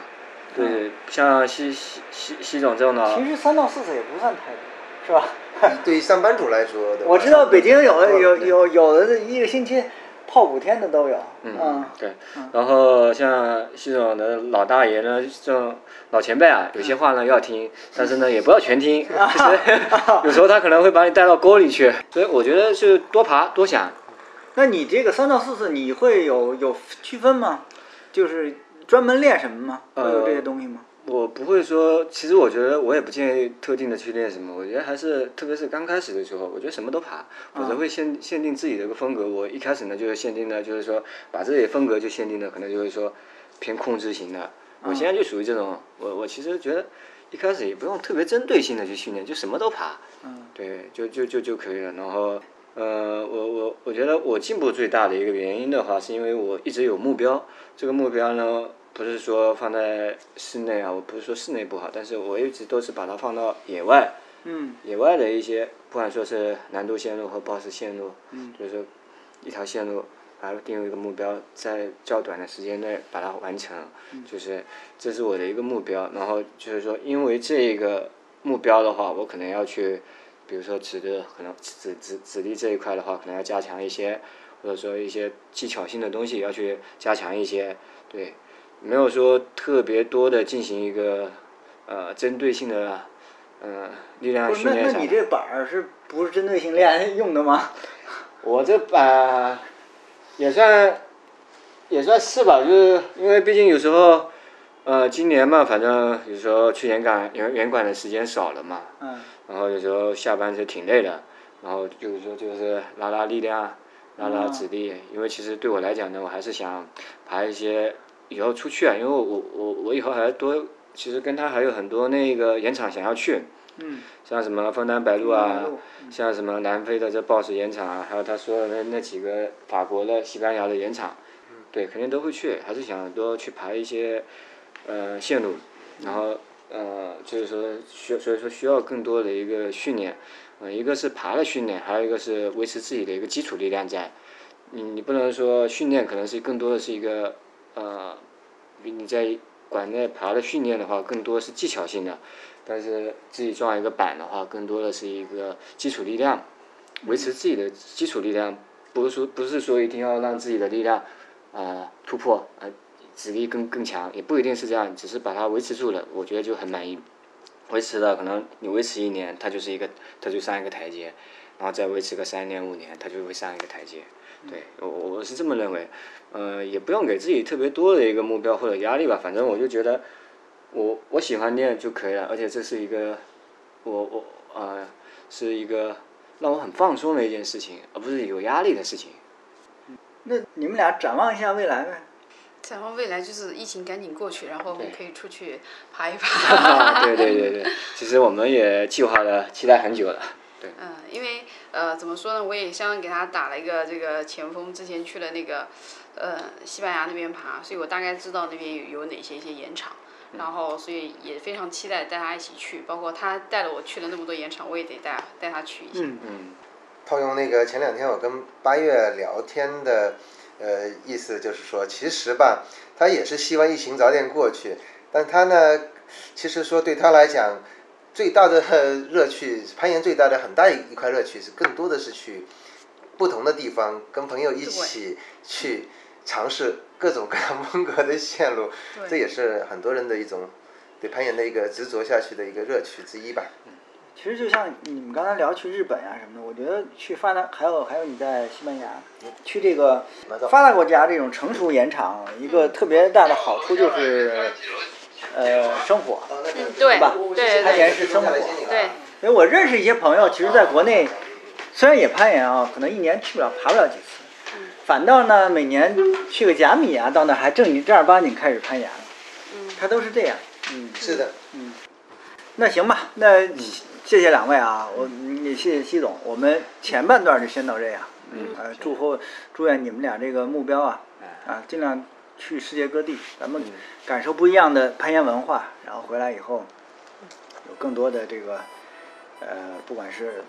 Speaker 2: 对，对像西西西西总这种的，
Speaker 5: 嗯其实三到四次也不算太多，是吧？嗯
Speaker 4: 对于上班族来说，对 吧
Speaker 5: 我知道北京有的有
Speaker 4: 对
Speaker 5: 有有的一个星期泡五天的都有，嗯，
Speaker 2: 对，然后像西总的老大爷呢，这种老前辈
Speaker 5: 嗯
Speaker 2: 啊，有些话呢要听，但是呢也不要全 听， 就是有时候他可能会把你带到沟里去，所以我觉得是多爬多想，
Speaker 5: 那你这个三到四次你会有有区分吗？就是专门练什么吗？会有这
Speaker 2: 呃
Speaker 5: 些东西吗？
Speaker 2: 我不会说，其实我觉得我也不建议特定的去练什么，我觉得还是特别是刚开始的时候，我觉得什么都爬，否则会限限定自己的一个风格。我一开始呢就是限定的，就是说把自己的风格就限定的，可能就是说偏控制型的。我现在就属于这种，我我其实觉得一开始也不用特别针对性的去训练，就什么都爬，对，就就就就可以了。然后呃，我我我觉得我进步最大的一个原因的话，是因为我一直有目标。这个目标呢，不是说放在室内啊，我不是说室内不好，但是我一直都是把它放到野外，
Speaker 5: 嗯
Speaker 2: 野外的一些，不管说是难度线路和 BOSS 线路，就是说一条线路，把它定为一个目标，在较短的时间内把它完成，就是这是我的一个目标。然后就是说，因为这个目标的话，我可能要去，比如说指的可能指指指力这一块的话，可能要加强一些，或者说一些技巧性的东西要去加强一些，对。没有说特别多的进行一个呃针对性的呃力量
Speaker 5: 不是
Speaker 2: 训
Speaker 5: 那
Speaker 2: 练
Speaker 5: 那
Speaker 2: 下
Speaker 5: 你
Speaker 2: 来。
Speaker 5: 这板儿是不是针对性练 用的吗？
Speaker 2: 我这把也算也算是吧，就是因为毕竟有时候，呃，今年嘛，反正有时候去严管严严管的时间少了嘛，
Speaker 5: 嗯，
Speaker 2: 然后有时候下班就挺累的，然后就是说就是拉拉力量，拉
Speaker 5: 嗯
Speaker 2: 拉指力，因为其实对我来讲呢，我还是想爬一些以后出去啊，因为我我我我以后还要多，其实跟他还有很多那个岩场想要去，
Speaker 5: 嗯，
Speaker 2: 像什么枫丹白露
Speaker 5: 枫丹
Speaker 2: 啊
Speaker 5: 白露，
Speaker 2: 像什么南非的这暴石岩场啊，还有他说的那那几个法国的、西班牙的岩场，对，肯定都会去，还是想多去爬一些呃线路，然后呃就是说需所以说需要更多的一个训练，呃一个是爬的训练，还有一个是维持自己的一个基础力量在，你你不能说训练可能是更多的是一个呃你在馆内爬的训练的话，更多是技巧性的，但是自己撞一个板的话，更多的是一个基础力量，维持自己的基础力量，不是说不是说一定要让自己的力量啊、呃突破啊、呃，实力更更强，也不一定是这样，只是把它维持住了，我觉得就很满意。维持了，可能你维持一年，它就是一个，它就上一个台阶，然后再维持个三年五年，它就会上一个台阶。对我我我是这么认为，呃，也不用给自己特别多的一个目标或者压力吧，反正我就觉得我我喜欢练就可以了，而且这是一个我我呃是一个让我很放松的一件事情，而不是有压力的事情。
Speaker 5: 那你们俩展望一下未来呗。
Speaker 3: 展望未来就是疫情赶紧过去，然后我们可以出去爬一
Speaker 2: 啊，
Speaker 3: 爬。
Speaker 2: 对对对对，其实我们也计划了，期待很久了。对，
Speaker 3: 嗯，因为呃，怎么说呢，我也相当给他打了一个这个前锋，之前去了那个呃西班牙那边爬，所以我大概知道那边有有哪些一些盐场，
Speaker 5: 嗯
Speaker 3: 然后所以也非常期待带他一起去，包括他带了我去了那么多盐场，我也得带带他去一下。
Speaker 5: 嗯
Speaker 2: 嗯，
Speaker 4: 套用那个前两天我跟八月聊天的，呃，意思就是说，其实吧，他也是希望疫情早点过去，但他呢，其实说对他来讲，最大的呃乐趣，攀岩最大的很大一一块乐趣是更多的是去不同的地方跟朋友一起去尝试各种各样风格的线路，这也是很多人的一种对攀岩的一个执着下去的一个乐趣之一吧。
Speaker 5: 其实就像你们刚才聊去日本啊什么的，我觉得去发达，还有还有你在西班牙，去这个发达国家这种成熟盐场，一个特别大的好处就是，呃，生活。
Speaker 3: 嗯，对
Speaker 5: 吧
Speaker 3: 对
Speaker 5: 攀
Speaker 3: 对
Speaker 5: 岩是生活。
Speaker 3: 对，
Speaker 5: 因为我认识一些朋友，其实在国内虽然也攀岩啊，可能一年去不了爬不了几次，反倒呢每年去个甲米啊，到那还正正儿八经开始攀岩了。他都是这样。嗯，
Speaker 4: 是的，
Speaker 5: 那行吧，那谢谢两位啊，我也谢谢西总，我们前半段就先到这样。嗯，呃，祝后祝愿你们俩这个目标啊，啊，尽量去世界各地，咱们感受不一样的攀岩文化，然后回来以后有更多的这个呃，不管是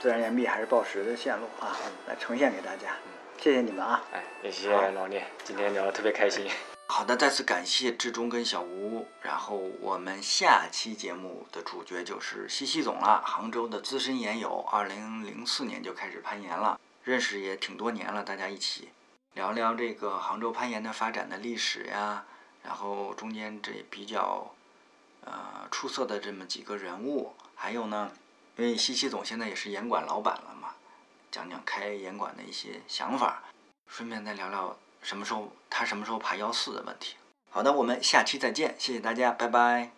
Speaker 5: 自然岩壁还是暴石的线路啊，来呈现给大家。谢谢你们啊，
Speaker 2: 哎，也谢谢老聂，今天聊得特别开心。
Speaker 1: 好的，再次感谢志忠跟小吴，然后我们下期节目的主角就是西西总了，杭州的资深岩友，二零零四年就开始攀岩了，认识也挺多年了，大家一起聊聊这个杭州攀岩的发展的历史呀，然后中间这比较呃出色的这么几个人物，还有呢，因为西西总现在也是岩馆老板了嘛，讲讲开岩馆的一些想法。顺便再聊聊什么时候他什么时候爬幺四的问题。好的，我们下期再见，谢谢大家，拜拜。